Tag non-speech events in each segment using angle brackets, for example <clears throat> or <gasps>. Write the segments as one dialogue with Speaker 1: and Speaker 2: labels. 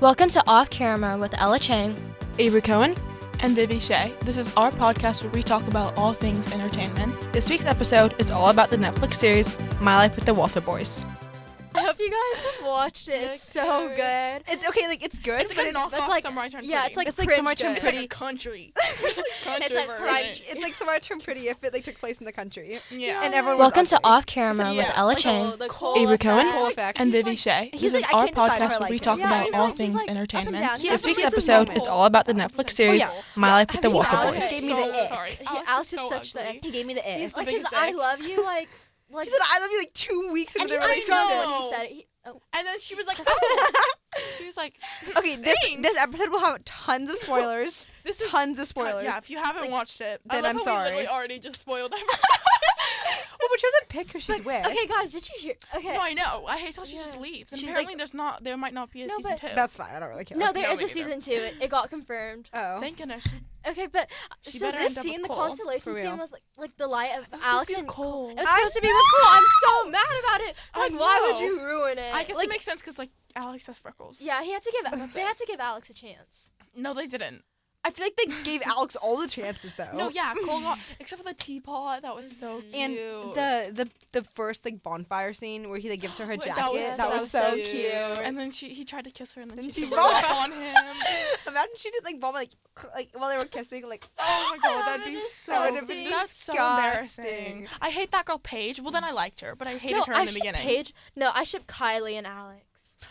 Speaker 1: Welcome to Off Camera with Ella Chang.
Speaker 2: Avery Cohen.
Speaker 3: and Vivi Shea. This is our podcast where we talk about all things entertainment.
Speaker 2: This week's episode is all about the Netflix series My Life with the Walter Boys.
Speaker 1: I hope you guys have watched it. It's so good.
Speaker 2: It's okay, like it's good,
Speaker 3: It's like an
Speaker 1: it's
Speaker 3: knockoff
Speaker 1: like-
Speaker 3: Summer I Turned
Speaker 1: yeah,
Speaker 3: Pretty.
Speaker 1: it's like
Speaker 2: It's like
Speaker 1: cringe
Speaker 2: so much
Speaker 1: good.
Speaker 3: It's
Speaker 2: pretty.
Speaker 3: like a country.
Speaker 1: It's like cringe.
Speaker 2: it's like Summer I Turned Pretty if it like took place in the country.
Speaker 3: Yeah.
Speaker 2: And everyone was
Speaker 1: Welcome to
Speaker 2: outside.
Speaker 1: Off Camera
Speaker 3: Yeah.
Speaker 1: with Ella
Speaker 3: Like,
Speaker 1: Chang.
Speaker 4: the
Speaker 2: Avery Cohen.
Speaker 3: Colfax. And Vivi Shea.
Speaker 2: he's
Speaker 3: This
Speaker 2: like,
Speaker 3: is
Speaker 2: I
Speaker 3: our
Speaker 2: can't decide if I
Speaker 3: podcast
Speaker 2: like
Speaker 3: where we
Speaker 2: it.
Speaker 3: talk
Speaker 2: Yeah,
Speaker 3: about
Speaker 2: he's
Speaker 3: all
Speaker 2: like- he's
Speaker 3: things
Speaker 4: like up and down.
Speaker 3: entertainment.
Speaker 4: He
Speaker 2: This
Speaker 4: has
Speaker 2: week's
Speaker 4: moments of
Speaker 2: episode
Speaker 4: moments.
Speaker 2: is all about the Netflix series Oh, yeah.
Speaker 4: Yeah,
Speaker 2: My Life with the
Speaker 4: I've seen
Speaker 2: Walter
Speaker 4: Alex
Speaker 2: Boys.
Speaker 4: gave me the
Speaker 3: so
Speaker 4: ick.
Speaker 3: Oh, sorry.
Speaker 4: He-
Speaker 3: Alex
Speaker 4: Alex,
Speaker 3: is
Speaker 4: is
Speaker 3: so
Speaker 4: such the
Speaker 3: ugly.
Speaker 4: ick. He gave me the
Speaker 2: He's
Speaker 4: ick.
Speaker 2: the
Speaker 1: Like his
Speaker 2: biggest
Speaker 1: I
Speaker 2: egg.
Speaker 1: love you, like like
Speaker 2: He said I love you like two weeks into
Speaker 1: and
Speaker 2: the
Speaker 1: he, I know when
Speaker 2: relationship.
Speaker 1: he
Speaker 3: relationship.
Speaker 1: said it. He, oh,
Speaker 3: And then she was like, oh. she was like,
Speaker 2: Okay, this this
Speaker 3: Thanks.
Speaker 2: episode will have tons of spoilers.
Speaker 3: <laughs> this is
Speaker 2: tons of spoilers.
Speaker 3: Yeah, if you haven't watched it, I
Speaker 2: then
Speaker 3: love
Speaker 2: I'm
Speaker 3: how
Speaker 2: sorry.
Speaker 3: We literally already just spoiled
Speaker 2: <laughs>
Speaker 3: everything.
Speaker 2: Well, but she doesn't pick who she's with.
Speaker 1: okay, guys, did you hear? Okay,
Speaker 3: no, I know. I hate how she just
Speaker 1: Yeah.
Speaker 3: leaves. And
Speaker 2: She's like-
Speaker 3: apparently, there's not. There might not be a
Speaker 1: No,
Speaker 3: season
Speaker 1: but-
Speaker 3: two.
Speaker 2: That's fine. I don't really care.
Speaker 1: no, there
Speaker 3: No,
Speaker 1: is a
Speaker 3: me
Speaker 1: season
Speaker 3: neither.
Speaker 1: two. It, it got confirmed.
Speaker 2: Oh.
Speaker 3: Thank goodness.
Speaker 1: Okay, but
Speaker 3: She
Speaker 1: so
Speaker 3: better
Speaker 1: this
Speaker 3: end up
Speaker 1: scene,
Speaker 3: with
Speaker 1: the
Speaker 3: Cole,
Speaker 1: constellation
Speaker 2: for
Speaker 1: scene
Speaker 2: real.
Speaker 1: with like the light of
Speaker 3: It was supposed
Speaker 1: Alex
Speaker 3: to be with
Speaker 1: and
Speaker 3: Cole.
Speaker 1: It was
Speaker 2: I
Speaker 1: supposed to be with Cole. I'm so
Speaker 3: know.
Speaker 1: mad about it.
Speaker 3: I
Speaker 1: Like, why would
Speaker 3: know.
Speaker 1: you ruin it?
Speaker 3: I guess
Speaker 1: like,
Speaker 3: it makes sense because like Alex has freckles.
Speaker 1: yeah, he had to give they had to give Alex a chance.
Speaker 3: No, they didn't.
Speaker 2: I feel like they gave Alex all the chances though.
Speaker 1: Oh.
Speaker 3: No, yeah,
Speaker 1: <laughs>
Speaker 3: Cole got except for the teapot. That was so
Speaker 1: Mm-hmm.
Speaker 3: cute.
Speaker 2: And the the the first like bonfire scene where he like gives her her
Speaker 3: Wait, <gasps>
Speaker 2: jacket.
Speaker 3: that was
Speaker 2: That,
Speaker 3: so
Speaker 2: was so cute.
Speaker 3: and then she he tried to kiss her and then,
Speaker 2: Then
Speaker 3: she,
Speaker 2: she
Speaker 3: she vomit
Speaker 2: vomited.
Speaker 3: on him.
Speaker 2: <laughs> Imagine she did like vomit like cl- like while they were kissing like
Speaker 3: <gasps> Oh my god, that'd be
Speaker 2: <laughs>
Speaker 1: would've
Speaker 3: so.
Speaker 1: been
Speaker 3: would've been
Speaker 2: disgusting.
Speaker 3: that's so embarrassing. I hate that girl Paige. Well, then I liked her, but I hated
Speaker 1: no,
Speaker 3: her
Speaker 1: I
Speaker 3: in the
Speaker 1: ship
Speaker 3: beginning.
Speaker 1: Paige. No, I ship Kylie and Alex.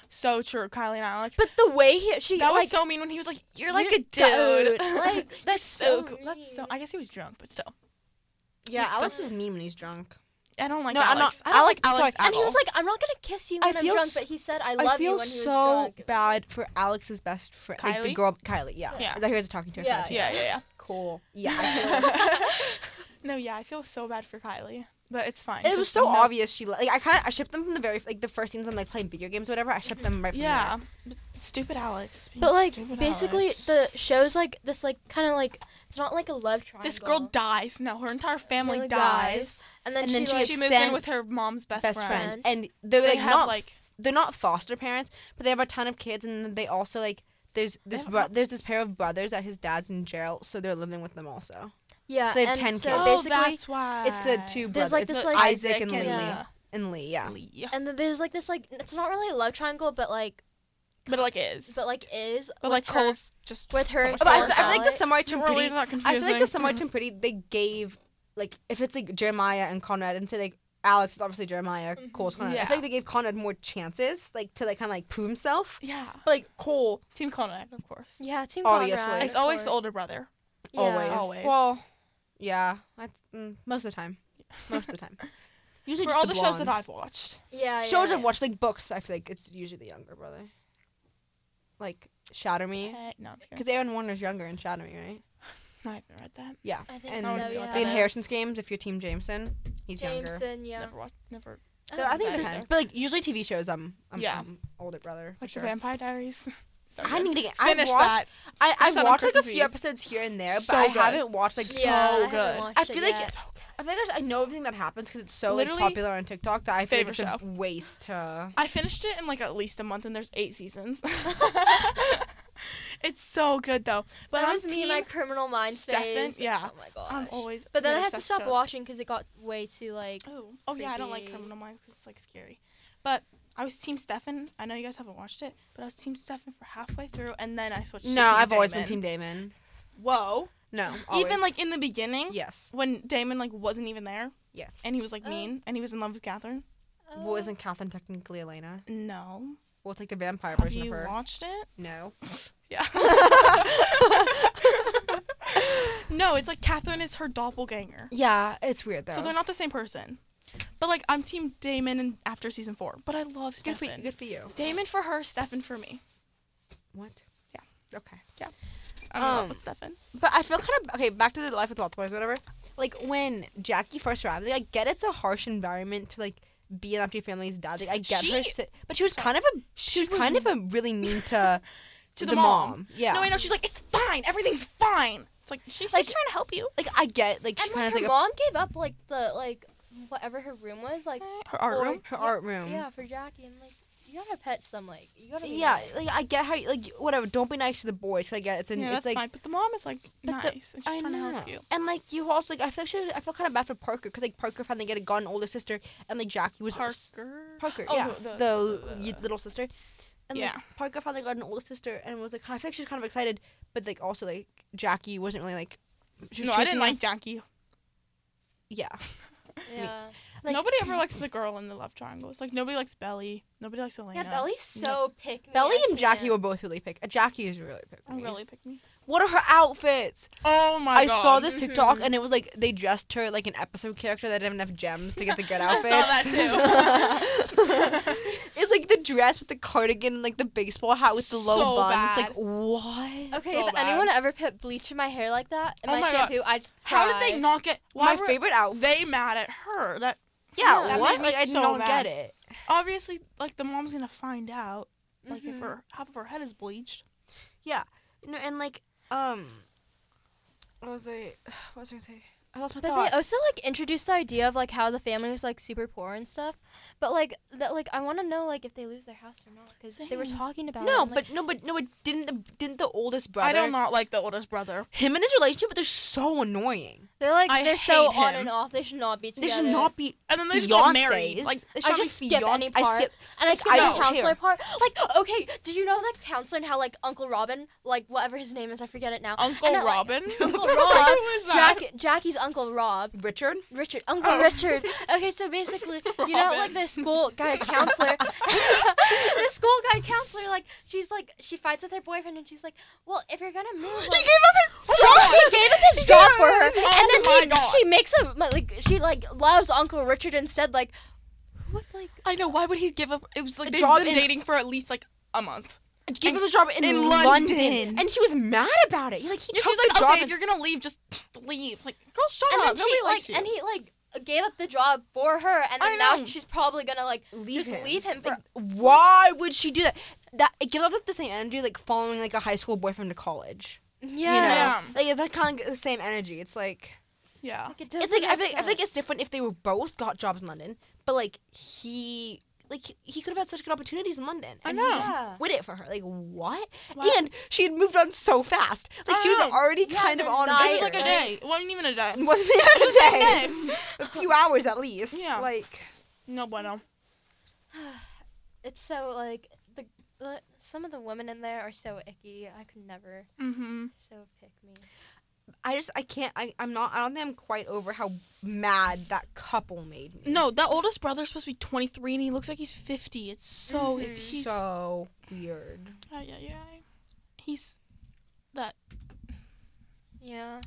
Speaker 3: So true, Kylie and Alex.
Speaker 1: But the way he she
Speaker 3: that
Speaker 1: like,
Speaker 3: was so mean when he was like, "You're like a
Speaker 1: you're dude.
Speaker 3: dude." <laughs>
Speaker 1: Like that's
Speaker 3: so
Speaker 1: so
Speaker 3: cool. That's so.
Speaker 1: mean.
Speaker 3: I guess he was drunk, but still,
Speaker 2: Yeah,
Speaker 3: It's
Speaker 2: Alex
Speaker 3: still-
Speaker 2: is mean when he's drunk.
Speaker 3: I don't like
Speaker 2: No, I'm
Speaker 3: Alex.
Speaker 2: not-
Speaker 3: I don't
Speaker 2: Alex-
Speaker 3: like Alex.
Speaker 2: sorry,
Speaker 3: at
Speaker 1: and he was
Speaker 3: all.
Speaker 1: like, I'm not gonna kiss you
Speaker 2: I
Speaker 1: when I am
Speaker 2: feel
Speaker 1: drunk,
Speaker 2: s-
Speaker 1: but he said I
Speaker 2: I
Speaker 1: love you
Speaker 2: feel
Speaker 1: when he was
Speaker 2: so
Speaker 1: drunk.
Speaker 2: bad for Alex's best friend, like the
Speaker 3: Kylie?
Speaker 2: girl Kylie. Yeah,
Speaker 3: Yeah.
Speaker 2: is that who he was talking to?
Speaker 1: Yeah,
Speaker 2: Kylie.
Speaker 3: yeah, yeah, yeah.
Speaker 2: cool. Yeah, I feel-
Speaker 3: <laughs> no, yeah, I feel so bad for Kylie, but it's fine.
Speaker 2: <laughs> it was
Speaker 3: 'cause
Speaker 2: so
Speaker 3: no-
Speaker 2: obvious. She li- like I kind of I shipped them from the very like the first scenes on like playing video games, or whatever. I shipped them right from
Speaker 3: Yeah, but stupid Alex.
Speaker 1: <laughs>
Speaker 3: being
Speaker 1: But like
Speaker 3: stupid
Speaker 1: basically
Speaker 3: Alex.
Speaker 1: the show's like this like kind of like it's not like a love triangle.
Speaker 3: this girl dies. No, her entire family
Speaker 1: Family
Speaker 3: dies.
Speaker 1: dies. and then
Speaker 2: and
Speaker 1: she,
Speaker 2: then she
Speaker 1: like,
Speaker 3: She
Speaker 2: It's
Speaker 3: moves
Speaker 2: sent-
Speaker 3: in with her mom's best,
Speaker 2: there. best
Speaker 1: friend.
Speaker 2: friend, and they're
Speaker 3: They
Speaker 2: like
Speaker 3: have,
Speaker 2: not
Speaker 3: like-
Speaker 2: they're not foster parents, but they have a ton of kids, and then they also like there's this
Speaker 3: have a
Speaker 2: bro-
Speaker 3: lot-
Speaker 2: there's this pair of brothers that his dad's in jail, so they're living with them also.
Speaker 1: yeah,
Speaker 2: so they have
Speaker 1: and
Speaker 2: 10
Speaker 1: so
Speaker 2: kids.
Speaker 3: Oh,
Speaker 1: basically,
Speaker 3: that's why.
Speaker 2: It's the two brothers,
Speaker 1: There's, like,
Speaker 2: it's
Speaker 1: this, like-
Speaker 2: Isaac and Lee,
Speaker 1: and,
Speaker 3: uh,
Speaker 2: and Lee, yeah.
Speaker 3: Lee.
Speaker 1: and then there's like this like it's not really a love triangle, but like
Speaker 3: But it, like is.
Speaker 1: but like is
Speaker 3: But
Speaker 1: with
Speaker 3: like
Speaker 1: her-
Speaker 3: Cole's just
Speaker 1: with her
Speaker 3: So
Speaker 1: and
Speaker 3: much
Speaker 2: Oh, but I,
Speaker 1: Or
Speaker 2: feel,
Speaker 3: worse.
Speaker 2: I feel like the
Speaker 1: Alex.
Speaker 2: Samurai Champloo.
Speaker 3: We're always not
Speaker 2: I feel like the
Speaker 3: confusing.
Speaker 2: <laughs> Samurai Champloo Pretty they gave like if it's like Jeremiah and Conrad and say like Alex is obviously Jeremiah, Cole's Conrad. I
Speaker 3: Yeah.
Speaker 2: feel like they gave Conrad more chances like to like kind of like prove himself.
Speaker 3: Yeah.
Speaker 2: But like Cole
Speaker 3: Team Conrad, of course.
Speaker 1: yeah, team
Speaker 2: Obviously.
Speaker 1: Conrad,
Speaker 3: It's
Speaker 1: of
Speaker 3: always the
Speaker 1: course.
Speaker 3: older brother.
Speaker 1: Yeah.
Speaker 2: always.
Speaker 3: Always.
Speaker 2: Well, yeah, that's mm, most of the time. Most of the time. Usually
Speaker 3: For
Speaker 2: just
Speaker 3: all
Speaker 2: the,
Speaker 3: the shows that
Speaker 2: blondes.
Speaker 3: I've watched.
Speaker 1: Yeah, yeah,
Speaker 2: shows
Speaker 1: yeah.
Speaker 2: I've watched like books. I feel like it's usually the younger brother. Like Shatter Me.
Speaker 3: Eh, No, I'm just kidding.
Speaker 2: Because Aaron Warner's younger in Shatter Me, right?
Speaker 3: No, I haven't read that.
Speaker 2: Yeah.
Speaker 1: I think
Speaker 2: And
Speaker 1: so.
Speaker 3: I don't know
Speaker 1: Yeah.
Speaker 3: what
Speaker 2: the
Speaker 3: that is.
Speaker 2: Inheritance Games, if you're Team Jameson, he's younger.
Speaker 1: Jameson, Oh, yeah.
Speaker 3: Never watched. Never.
Speaker 1: I
Speaker 2: So
Speaker 1: don't
Speaker 2: I think
Speaker 1: know.
Speaker 2: it
Speaker 3: either.
Speaker 2: depends. But like usually TV shows, I'm, I'm
Speaker 3: Yeah.
Speaker 2: I'm older brother for
Speaker 3: Like
Speaker 2: sure.
Speaker 3: the Vampire Diaries. <laughs> So
Speaker 2: I
Speaker 3: good.
Speaker 2: need to get. I've
Speaker 3: finish
Speaker 2: watched,
Speaker 3: that.
Speaker 2: I
Speaker 3: Finish
Speaker 2: I've
Speaker 3: that on
Speaker 2: watched like a
Speaker 3: Christmas
Speaker 2: few
Speaker 3: Eve.
Speaker 2: episodes here and there, but
Speaker 3: So
Speaker 2: I
Speaker 3: good.
Speaker 2: haven't watched like
Speaker 1: Yeah, I
Speaker 2: so
Speaker 1: haven't
Speaker 3: good.
Speaker 1: watched
Speaker 2: I
Speaker 1: it
Speaker 2: feel like
Speaker 1: yet.
Speaker 2: it's- I feel like I know everything that happens because it's so
Speaker 3: Literally,
Speaker 2: like popular on TikTok that I feel like it's a
Speaker 3: favorite
Speaker 2: waste to.
Speaker 3: I finished it in like at least a month, and there's eight seasons.
Speaker 2: <laughs>
Speaker 3: <laughs> it's so good though. But
Speaker 1: that
Speaker 3: I'm
Speaker 1: was me in
Speaker 3: team.
Speaker 1: my criminal mind
Speaker 3: Stefan,
Speaker 1: phase.
Speaker 3: yeah.
Speaker 1: Oh my gosh.
Speaker 3: I'm always.
Speaker 1: but then
Speaker 3: been
Speaker 1: I had to
Speaker 3: obsessed
Speaker 1: stop
Speaker 3: shows.
Speaker 1: watching because it got way too like.
Speaker 3: Oh, oh yeah, I don't like
Speaker 1: creepy.
Speaker 3: Criminal Minds because it's like scary. But I was Team Stefan. I know you guys haven't watched it, but I was Team Stefan for halfway through, and then I switched. to
Speaker 2: No,
Speaker 3: Team
Speaker 2: I've always been
Speaker 3: Damon.
Speaker 2: Team Damon.
Speaker 3: Whoa.
Speaker 2: No,
Speaker 3: Even
Speaker 2: always.
Speaker 3: like in the beginning,
Speaker 2: yes,
Speaker 3: when Damon like wasn't even there,
Speaker 2: yes. And
Speaker 3: and he was like
Speaker 1: Oh.
Speaker 3: mean, and he was in love with Catherine.
Speaker 1: Oh.
Speaker 2: well, isn't Catherine technically Elena?
Speaker 3: No.
Speaker 2: We'll take the vampire
Speaker 3: Have
Speaker 2: version
Speaker 3: you
Speaker 2: of her.
Speaker 3: watched it?
Speaker 2: no.
Speaker 3: Yeah. no, it's like Catherine is her doppelganger.
Speaker 2: Yeah, it's weird though.
Speaker 3: So they're not the same person. But like I'm Team Damon and after season four. But I love
Speaker 2: good for
Speaker 3: Stefan.
Speaker 2: you, good for you.
Speaker 3: Damon for her, Stefan for me.
Speaker 2: What?
Speaker 3: Yeah.
Speaker 2: Okay.
Speaker 3: I'm in love
Speaker 2: Um,
Speaker 3: with Stefan.
Speaker 2: But I feel kind of okay. Back to the life with Walter Boys, whatever. Like when Jackie first arrived, like I get it's a harsh environment to like be an after your family's dad. Like I get her,
Speaker 3: She-
Speaker 2: si- but she was kind of a she,
Speaker 3: She
Speaker 2: was,
Speaker 3: was
Speaker 2: kind of a really mean to
Speaker 3: <laughs> To the, mom.
Speaker 2: Yeah.
Speaker 3: No, I know. She's like, it's fine. Everything's fine. It's like she's
Speaker 2: Like-
Speaker 3: just trying to help you.
Speaker 2: Like I get like she
Speaker 1: And
Speaker 2: kind
Speaker 1: like
Speaker 2: of
Speaker 1: her
Speaker 2: like
Speaker 1: mom gave up like the like whatever her room was like
Speaker 3: Her art
Speaker 1: Or-
Speaker 3: room.
Speaker 2: a, her art room.
Speaker 1: yeah for Jackie and like you you gotta pet them. Like you gotta. Be
Speaker 2: Yeah,
Speaker 1: nice.
Speaker 2: like I get how you, like whatever. Don't be nice to the boys. 'cause I get it's an,
Speaker 3: yeah,
Speaker 2: it's
Speaker 3: that's
Speaker 2: like
Speaker 3: fine. But the mom is like
Speaker 2: But the-
Speaker 3: nice. and she's trying to help you.
Speaker 2: And like you also like I feel she, I feel kind of bad for Parker because like Parker finally get a got an older sister and like Jackie was
Speaker 3: Parker.
Speaker 2: Parker
Speaker 3: Oh,
Speaker 2: yeah
Speaker 3: the-
Speaker 2: the,
Speaker 3: the- the-
Speaker 2: y- little sister and
Speaker 3: Yeah.
Speaker 2: like Parker finally got an older sister and was like I feel like she's kind of excited but like also like Jackie wasn't really like she was
Speaker 3: no, I didn't
Speaker 2: chasing that-
Speaker 3: like Jackie.
Speaker 2: yeah
Speaker 1: Yeah.
Speaker 2: Like-
Speaker 3: nobody
Speaker 2: <laughs>
Speaker 3: ever likes the girl in the love triangle. It's like nobody likes Belly. Nobody likes Elena.
Speaker 1: Yeah, Belly's so pick me.
Speaker 2: Belly
Speaker 1: I
Speaker 2: and Jackie
Speaker 1: can't.
Speaker 2: were both really pick uh, Jackie is really pick
Speaker 3: Oh,
Speaker 2: me.
Speaker 3: really pick me.
Speaker 2: what are her outfits
Speaker 3: Oh my
Speaker 2: I
Speaker 3: god. <laughs>
Speaker 2: saw this TikTok
Speaker 1: Mhm.
Speaker 2: and it was like they dressed her like an episode character that didn't have enough gems to get the
Speaker 3: <laughs>
Speaker 2: good
Speaker 3: I
Speaker 2: outfit
Speaker 3: saw
Speaker 2: <laughs>
Speaker 3: that too.
Speaker 2: It's like the dress with the cardigan, and like the baseball hat with the low
Speaker 3: So
Speaker 2: bun.
Speaker 3: bad.
Speaker 2: It's like what?
Speaker 1: Okay,
Speaker 3: so
Speaker 1: if
Speaker 3: bad.
Speaker 1: anyone ever put bleach in my hair like that, in
Speaker 3: Oh
Speaker 1: my,
Speaker 3: my God.
Speaker 1: shampoo, I'd
Speaker 3: <laughs> How did
Speaker 1: cry.
Speaker 3: they not get? Why
Speaker 2: My
Speaker 3: were
Speaker 2: favorite outfit.
Speaker 3: they mad at her? That
Speaker 2: yeah,
Speaker 1: That
Speaker 2: what?
Speaker 3: made me
Speaker 2: Like I
Speaker 3: so
Speaker 2: don't
Speaker 3: mad.
Speaker 2: get it.
Speaker 3: obviously, like the mom's gonna find out. Like if
Speaker 1: Mhm.
Speaker 3: her half of her head is bleached.
Speaker 2: No, and like um, what was I? <sighs> What was I gonna say? I lost my
Speaker 1: But
Speaker 2: thought.
Speaker 1: they also like introduced the idea of like how the family was like super poor and stuff. But like that, like I want to know like if they lose their house or not because they were
Speaker 3: Same.
Speaker 1: talking about it.
Speaker 2: no,
Speaker 1: and, like,
Speaker 2: but no, but no, but didn't the didn't the oldest brother?
Speaker 3: I do not like the oldest brother.
Speaker 2: Him and his relationship, they're so annoying.
Speaker 1: they're like
Speaker 3: I
Speaker 1: they're so
Speaker 3: hate
Speaker 1: on
Speaker 3: him.
Speaker 1: and off. They should not be
Speaker 2: They
Speaker 1: together.
Speaker 2: should not be
Speaker 3: And then they just got married.
Speaker 2: fiancés.
Speaker 3: Like
Speaker 2: they should
Speaker 1: I
Speaker 2: not be
Speaker 1: just skip any
Speaker 2: fian- I
Speaker 1: part.
Speaker 2: skip.
Speaker 1: And I
Speaker 2: Like,
Speaker 1: skip
Speaker 2: I
Speaker 1: the
Speaker 2: don't
Speaker 1: counselor
Speaker 2: care.
Speaker 1: part. Like, okay, did you know that counselor and how like Uncle Robin, like whatever his name is, I forget it now.
Speaker 3: Uncle
Speaker 1: And, uh,
Speaker 2: <laughs>
Speaker 1: like,
Speaker 3: Robin. <laughs>
Speaker 1: Uncle
Speaker 3: Who
Speaker 1: Rob,
Speaker 3: was that?
Speaker 1: Jack, Jackie's Uncle Rob,
Speaker 2: Richard.
Speaker 1: Richard, Uncle
Speaker 3: Oh.
Speaker 1: Richard. Okay, so basically, you know, like
Speaker 3: Robin.
Speaker 1: the school guy counselor, <laughs> the school guy counselor, like she's like she fights with her boyfriend and she's like, well, if you're gonna move,
Speaker 2: He <laughs>
Speaker 1: like,
Speaker 2: gave up his job.
Speaker 1: he gave up
Speaker 2: <laughs>
Speaker 1: his job for her, and
Speaker 3: Oh
Speaker 1: then
Speaker 3: my
Speaker 1: he,
Speaker 3: God.
Speaker 1: she makes him like she like loves Uncle Richard instead, like who would like
Speaker 3: I know. Why would he give up? It was like
Speaker 2: A
Speaker 3: they've
Speaker 2: job
Speaker 3: been
Speaker 2: in-
Speaker 3: dating for at least like a month.
Speaker 2: Gave up his job in,
Speaker 3: in
Speaker 2: London.
Speaker 3: London.
Speaker 2: and she was mad about it. He, like he
Speaker 3: Yeah,
Speaker 2: took
Speaker 3: she's like,
Speaker 2: the job.
Speaker 3: okay, if
Speaker 2: and-
Speaker 3: you're gonna leave, just leave. Like, girl, shut
Speaker 1: and then
Speaker 3: up. Oh, Nobody
Speaker 1: she like
Speaker 3: likes you.
Speaker 1: and he like gave up the job for her and
Speaker 3: I
Speaker 1: then now
Speaker 3: know.
Speaker 1: she's probably gonna like
Speaker 2: leave
Speaker 1: just
Speaker 2: him.
Speaker 1: leave him for
Speaker 2: Like, why would she do that? That it gives off like, the same energy like following like a high school boyfriend to college.
Speaker 1: yes
Speaker 2: You know? Like that kind of like, the same energy. It's like
Speaker 3: yeah.
Speaker 1: Like, it
Speaker 2: it's
Speaker 1: doesn't
Speaker 2: like I
Speaker 1: make
Speaker 2: feel like, I feel like
Speaker 1: sense.
Speaker 2: it's different if they were both got jobs in London, but like he like he- he could have had such good opportunities in London.
Speaker 3: I
Speaker 2: and he
Speaker 3: know.
Speaker 2: just
Speaker 1: Yeah.
Speaker 2: With it for her, like what?
Speaker 3: Wow.
Speaker 2: And she had moved on so fast. Like she was
Speaker 3: I know.
Speaker 2: already
Speaker 1: Yeah,
Speaker 2: kind of
Speaker 1: they're
Speaker 2: on.
Speaker 1: not-
Speaker 3: It was like a
Speaker 2: <laughs>
Speaker 1: Right.
Speaker 3: day. It wasn't even a day.
Speaker 2: It wasn't even a day.
Speaker 3: <laughs> It was a day.
Speaker 2: a few hours at least.
Speaker 3: Yeah.
Speaker 2: Like
Speaker 3: No bueno.
Speaker 1: it's so like the, the some of the women in there are so icky i could never
Speaker 3: Mm-hmm.
Speaker 1: so pick me
Speaker 2: I just I can't I I'm not I don't think I'm quite over how mad that couple made me.
Speaker 3: No, that oldest brother's supposed to be 23 and he looks like he's 50. It's so
Speaker 1: Mhm.
Speaker 3: it's he's
Speaker 2: Mm-hmm. so weird.
Speaker 3: Ay, ay, ay. He's that.
Speaker 1: yeah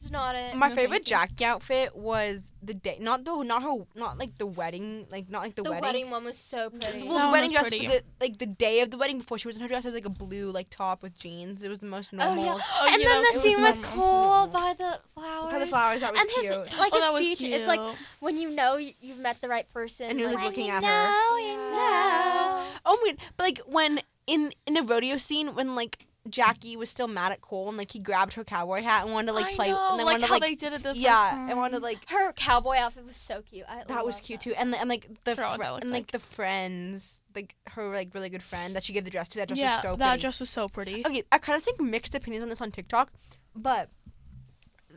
Speaker 1: it's not it
Speaker 2: My
Speaker 3: no,
Speaker 2: favorite
Speaker 3: thank you.
Speaker 2: Jackie outfit was the day not the not her not like the wedding like not like the,
Speaker 1: the wedding.
Speaker 2: wedding.
Speaker 1: one was so pretty
Speaker 2: Well,
Speaker 3: That
Speaker 2: the
Speaker 3: one
Speaker 2: wedding
Speaker 3: was
Speaker 2: dress,
Speaker 3: pretty.
Speaker 2: but the, like the day of the wedding before she was in her dress, it was like a blue like top with jeans. It was the most
Speaker 1: oh
Speaker 2: normal.
Speaker 1: yeah
Speaker 3: Oh,
Speaker 1: and
Speaker 3: yeah,
Speaker 1: then
Speaker 3: that-
Speaker 1: the
Speaker 3: it was
Speaker 1: scene with
Speaker 3: normal.
Speaker 1: cole by the flowers
Speaker 2: By the flowers, that was
Speaker 1: and his
Speaker 2: cute.
Speaker 1: like
Speaker 3: oh, that was
Speaker 1: his speech, it's like
Speaker 3: cute.
Speaker 1: when you know y- you've met the right person. "Oh,
Speaker 2: And he was, like, looking at her.
Speaker 1: her.
Speaker 2: oh wait, but like when in in the rodeo scene when like Jackie was still mad at Cole and like he grabbed her cowboy hat and wanted to like
Speaker 3: I
Speaker 2: play
Speaker 3: know,
Speaker 2: and then
Speaker 3: like
Speaker 2: wanted to
Speaker 3: how
Speaker 2: like
Speaker 3: they did it the
Speaker 2: yeah
Speaker 3: first
Speaker 2: and wanted to
Speaker 3: time.
Speaker 2: like
Speaker 1: Her cowboy outfit was so cute. I
Speaker 2: that was
Speaker 1: love
Speaker 2: cute
Speaker 1: that.
Speaker 2: too and the, and like the
Speaker 3: Forgot what
Speaker 2: fri-
Speaker 3: that looked
Speaker 2: and like
Speaker 3: like.
Speaker 2: the friends like her like really good friend that she gave the dress to that dress
Speaker 3: yeah,
Speaker 2: was so
Speaker 3: that
Speaker 2: pretty.
Speaker 3: dress was so pretty. <laughs>
Speaker 2: okay i kind of think mixed opinions on this on tiktok but